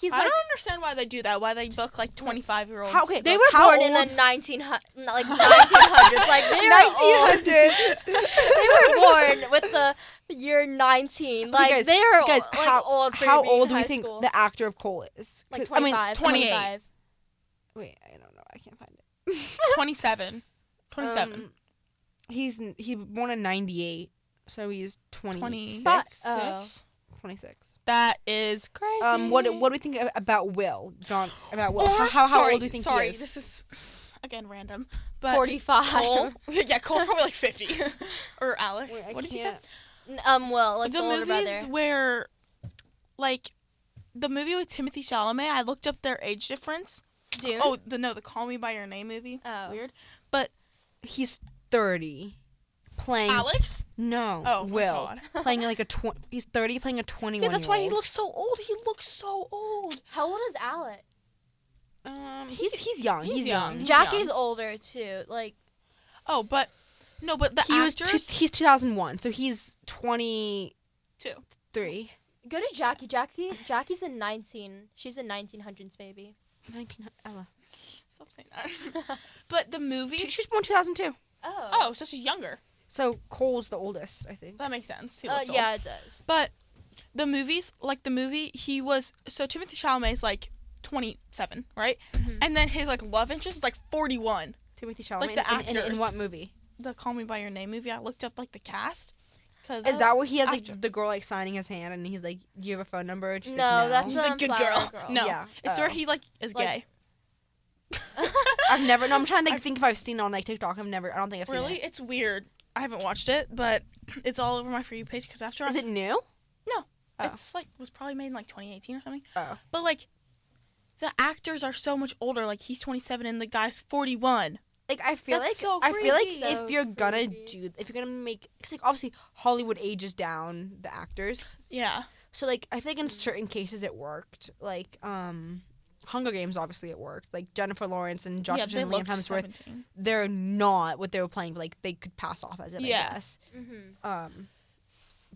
Speaker 1: He's
Speaker 3: I
Speaker 1: like
Speaker 3: don't understand why they do that. Why they book like twenty-five-year-olds.
Speaker 2: <laughs> How, okay,
Speaker 1: they
Speaker 2: like,
Speaker 1: were
Speaker 2: how
Speaker 1: born in
Speaker 2: old-
Speaker 1: the 1900,
Speaker 2: <laughs>
Speaker 1: like 1900s. like they were old.
Speaker 2: 1900s.
Speaker 1: They were born with the year 19. Like
Speaker 2: guys,
Speaker 1: they are
Speaker 2: guys,
Speaker 1: like
Speaker 2: how-
Speaker 1: old. For
Speaker 2: How
Speaker 1: being
Speaker 2: old do
Speaker 1: in
Speaker 2: we
Speaker 1: high
Speaker 2: think
Speaker 1: school.
Speaker 2: the actor of Cole is?
Speaker 1: Like
Speaker 2: 'Cause- I mean,
Speaker 1: 25,
Speaker 3: 28.
Speaker 1: 25.
Speaker 2: wait, I don't know. I can't find it.
Speaker 3: Twenty-seven. Twenty-seven.
Speaker 2: Um, he's n- he was born in 98, so he's 20,
Speaker 3: Twenty-six.
Speaker 1: oh.
Speaker 2: 26.
Speaker 3: That is crazy.
Speaker 2: uh, Um, what do- what do we think a- about Will? John about Will.
Speaker 3: Or-
Speaker 2: how how, how
Speaker 3: sorry,
Speaker 2: old do you think
Speaker 3: sorry,
Speaker 2: he is?
Speaker 3: this is again random. But
Speaker 1: 45.
Speaker 3: <laughs> Cole, yeah, Cole's probably like fifty, <laughs> or Alex.
Speaker 2: Wait, I
Speaker 3: what did you say?
Speaker 2: can't-
Speaker 1: <laughs> N- Um, Will, like the,
Speaker 3: the
Speaker 1: older
Speaker 3: movies
Speaker 1: brother.
Speaker 3: where, like, the movie with Timothy Chalamet. I looked up their age difference.
Speaker 1: Dune.
Speaker 3: Oh, the no, the Call Me by Your Name movie.
Speaker 1: Oh.
Speaker 3: Weird, but
Speaker 2: He's 30 playing
Speaker 3: Alex.
Speaker 2: No,
Speaker 3: Oh, my
Speaker 2: Will
Speaker 3: God. <laughs>
Speaker 2: playing like a tw- he's 30 playing a 21
Speaker 3: Yeah, that's why he
Speaker 2: year-old.
Speaker 3: looks so old. He looks so old.
Speaker 1: How old is Alex?
Speaker 2: um he's he's young. He's,
Speaker 3: He's
Speaker 2: young.
Speaker 3: young.
Speaker 1: Jackie's older too. Like
Speaker 3: Oh, but No, but the
Speaker 2: he was
Speaker 3: actors.
Speaker 2: two, he's 2001, so he's 23.
Speaker 3: Two.
Speaker 1: Go to Jackie. Jackie. Jackie's in 19. She's a 1900s baby. <laughs>
Speaker 2: 19 Ella.
Speaker 3: Stop saying that. but the
Speaker 2: She-
Speaker 3: movies.
Speaker 2: She's born 2002.
Speaker 1: Oh.
Speaker 3: Oh, so she's younger.
Speaker 2: So Cole's the oldest, I think.
Speaker 3: That makes sense. He
Speaker 1: Uh,
Speaker 3: looks old.
Speaker 1: yeah, it does.
Speaker 3: But the movies, like the movie, he was so Timothy Chalamet's like twenty seven, right? And then his like love interest is like forty one.
Speaker 2: Timothy Chalamet.
Speaker 3: Like the
Speaker 2: in, in, in, in what
Speaker 3: actors.
Speaker 2: movie?
Speaker 3: The Call Me by Your Name movie. I looked up like the cast. Cause uh,
Speaker 2: Is that where he has like
Speaker 3: actor.
Speaker 2: the girl like signing his hand and he's like, "Do you have a phone number?" And she's
Speaker 1: No,
Speaker 2: like,
Speaker 1: that's
Speaker 3: he's
Speaker 1: um,
Speaker 3: like good
Speaker 1: Flower
Speaker 3: girl.
Speaker 1: Girl.
Speaker 3: No,
Speaker 2: Yeah,
Speaker 3: it's where
Speaker 2: oh.
Speaker 3: he like is
Speaker 1: Like-
Speaker 3: gay.
Speaker 2: I've never. No, I'm trying
Speaker 3: <laughs>
Speaker 2: to think, think if I've seen it on like TikTok. I've never. I don't think I've
Speaker 3: Really,
Speaker 2: seen
Speaker 3: it's weird. I haven't watched it, but it's all over my for you page because after
Speaker 2: it. Is
Speaker 3: I,
Speaker 2: it new?
Speaker 3: no,
Speaker 2: Oh.
Speaker 3: it's like was probably made in like 2018 or something.
Speaker 2: Oh,
Speaker 3: But like, the actors are so much older. Like he's 27 and the guy's 41.
Speaker 2: like I feel
Speaker 3: That's
Speaker 2: like
Speaker 3: so
Speaker 2: I feel like
Speaker 1: creepy. So
Speaker 2: if you're gonna
Speaker 1: creepy.
Speaker 2: do if you're gonna make because like obviously Hollywood ages down the actors.
Speaker 3: Yeah,
Speaker 2: So like I think in
Speaker 3: Mm.
Speaker 2: certain cases it worked. Like um, Hunger Games obviously it worked. Like Jennifer Lawrence and Josh
Speaker 3: yeah,
Speaker 2: Hutcherson and Liam
Speaker 3: looked
Speaker 2: Hemsworth,
Speaker 3: 17.
Speaker 2: they're not what they were playing, but like they could pass off as it.
Speaker 3: Yeah.
Speaker 2: I guess.
Speaker 1: Mm-hmm.
Speaker 2: Um,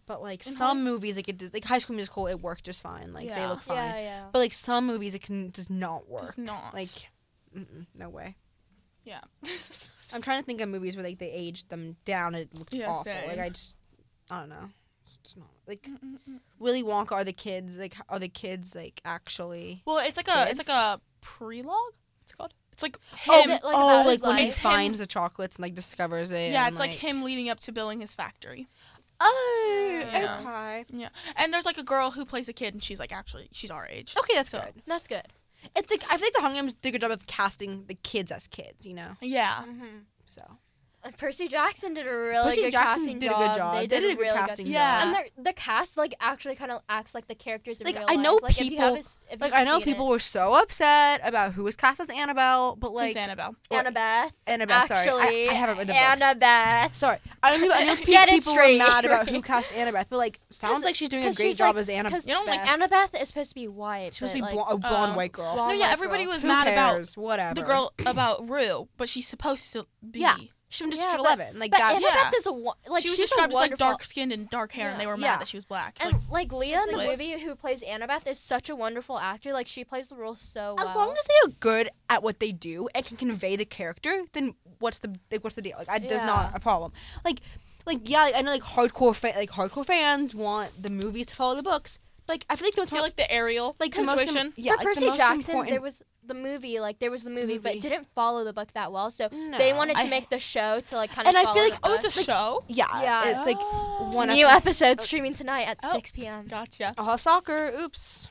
Speaker 2: but like
Speaker 3: In
Speaker 2: some
Speaker 3: Holly-
Speaker 2: movies, like it does, like High School Musical, it worked just fine. Like they
Speaker 3: Yeah.
Speaker 2: look fine.
Speaker 1: Yeah, yeah.
Speaker 2: But like some movies, it can does not work.
Speaker 3: Does not.
Speaker 2: Like, mm-mm, no way.
Speaker 3: yeah. <laughs>
Speaker 2: I'm trying to think of movies where like they aged them down. and It looked
Speaker 3: Yeah,
Speaker 2: awful. Like
Speaker 3: same.
Speaker 2: I just, I don't know. It's just not like Willy Wonka. Are the kids like are the kids like actually?
Speaker 3: well, it's like a
Speaker 2: Kids?
Speaker 3: it's like a prelogue. It's called. It's like
Speaker 1: Oh,
Speaker 3: him.
Speaker 1: it like
Speaker 2: oh,
Speaker 1: about
Speaker 2: like
Speaker 1: his
Speaker 2: when he
Speaker 1: life?
Speaker 2: finds the chocolates and like discovers it.
Speaker 3: yeah,
Speaker 2: and,
Speaker 3: it's like, him leading up to building his factory.
Speaker 2: Oh,
Speaker 3: Yeah.
Speaker 2: okay.
Speaker 3: Yeah, and there's like a girl who plays a kid, and she's like actually she's our age.
Speaker 2: Okay, that's
Speaker 3: So-
Speaker 2: good.
Speaker 1: That's good.
Speaker 2: It's like I feel like the Hunger Games did a good job of casting the kids as kids. You know,
Speaker 3: Yeah.
Speaker 1: Mm-hmm.
Speaker 2: so
Speaker 1: Percy Jackson did a really
Speaker 2: Percy
Speaker 1: good
Speaker 2: Jackson
Speaker 1: casting
Speaker 2: did a
Speaker 1: job.
Speaker 2: good job.
Speaker 1: They, did, a
Speaker 2: good
Speaker 1: really
Speaker 2: casting.
Speaker 1: good.
Speaker 2: job.
Speaker 3: Yeah.
Speaker 1: And their- the cast like actually kind of acts like the characters in
Speaker 2: Like,
Speaker 1: real
Speaker 2: I
Speaker 1: life.
Speaker 2: know
Speaker 1: like, if you have
Speaker 2: people-
Speaker 1: a s- if
Speaker 2: Like
Speaker 1: you've
Speaker 2: I know
Speaker 1: seen
Speaker 2: people
Speaker 1: it.
Speaker 2: were so upset about who was cast as Annabelle, but like
Speaker 3: Who's Annabelle?
Speaker 2: were-
Speaker 1: Annabeth.
Speaker 2: Annabelle, sorry,
Speaker 1: Actually,
Speaker 2: I, I haven't read the books.
Speaker 1: Annabeth.
Speaker 2: Sorry, I don't know. I know
Speaker 1: <laughs>
Speaker 2: pe-
Speaker 1: Get it
Speaker 2: people were
Speaker 1: straight,
Speaker 2: mad about
Speaker 1: right? <laughs>
Speaker 2: who cast Annabeth, but like sounds
Speaker 1: 'Cause-
Speaker 2: like she's doing a
Speaker 1: 'cause
Speaker 2: great
Speaker 1: she's,
Speaker 2: job
Speaker 1: like-
Speaker 2: as Annabeth.
Speaker 1: 'cause
Speaker 3: You don't like
Speaker 1: Annabeth is supposed to be white.
Speaker 2: She was
Speaker 1: but,
Speaker 2: be
Speaker 1: like, uh,
Speaker 2: blo- a blonde
Speaker 3: um,
Speaker 2: white girl.
Speaker 1: blonde
Speaker 3: No, yeah,
Speaker 1: white
Speaker 3: everybody
Speaker 1: girl.
Speaker 3: was
Speaker 2: Who
Speaker 3: mad about
Speaker 2: cares? Whatever.
Speaker 3: the girl
Speaker 2: <clears throat>
Speaker 3: about Rue, but she's supposed to be.
Speaker 2: Yeah. She's from District
Speaker 1: but-
Speaker 2: Eleven. Like
Speaker 1: But
Speaker 2: that's
Speaker 1: Annabeth
Speaker 3: Yeah.
Speaker 1: is a wo- like
Speaker 3: she was
Speaker 1: she's a
Speaker 3: described as like
Speaker 1: wonderful-
Speaker 3: dark skinned and dark hair, and they were mad
Speaker 2: Yeah.
Speaker 3: that she was black. So,
Speaker 1: And like Leah in the
Speaker 3: Like-
Speaker 1: movie who plays Annabeth is such a wonderful actor. Like she plays the role so well.
Speaker 2: as long as they are good at what they do and can convey the character, then what's the like, what's the deal? Like, I, there's not
Speaker 1: Yeah.
Speaker 2: a problem. Like, like yeah, like, I know like hardcore fa- like hardcore fans want the movies to follow the books. Like, I feel like the most
Speaker 3: you know, like the Ariel
Speaker 2: like the most im-
Speaker 3: situation.
Speaker 2: yeah,
Speaker 1: for
Speaker 2: like,
Speaker 1: Percy
Speaker 2: the most
Speaker 1: Jackson,
Speaker 2: important-
Speaker 1: there was the movie, like there was the movie, but
Speaker 2: movie.
Speaker 1: it didn't follow the book that well. So they
Speaker 2: No.
Speaker 1: wanted to
Speaker 2: I-
Speaker 1: make the show to like kind of.
Speaker 2: And I feel like-
Speaker 1: the
Speaker 3: oh,
Speaker 1: book.
Speaker 3: it's a show.
Speaker 2: yeah,
Speaker 1: Yeah.
Speaker 2: it's like s-
Speaker 3: Oh.
Speaker 2: one.
Speaker 1: new
Speaker 2: epi-
Speaker 1: episode streaming tonight at
Speaker 3: Oh.
Speaker 1: 6 p.m.
Speaker 3: <laughs> Gotcha.
Speaker 2: I'll have soccer. Oops,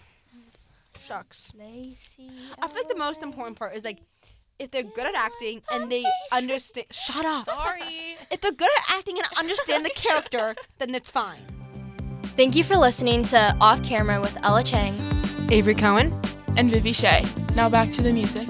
Speaker 2: shucks.
Speaker 1: Lacey,
Speaker 2: I feel like the most important part is like if they're good at acting and they understand. Shut up. <laughs>
Speaker 3: Sorry.
Speaker 2: If they're good at acting and understand the character, then it's fine.
Speaker 1: Thank you for listening to Off Camera with Ella Chang.
Speaker 2: Avery Cohen.
Speaker 3: and Vivi Shay. Now back to the music.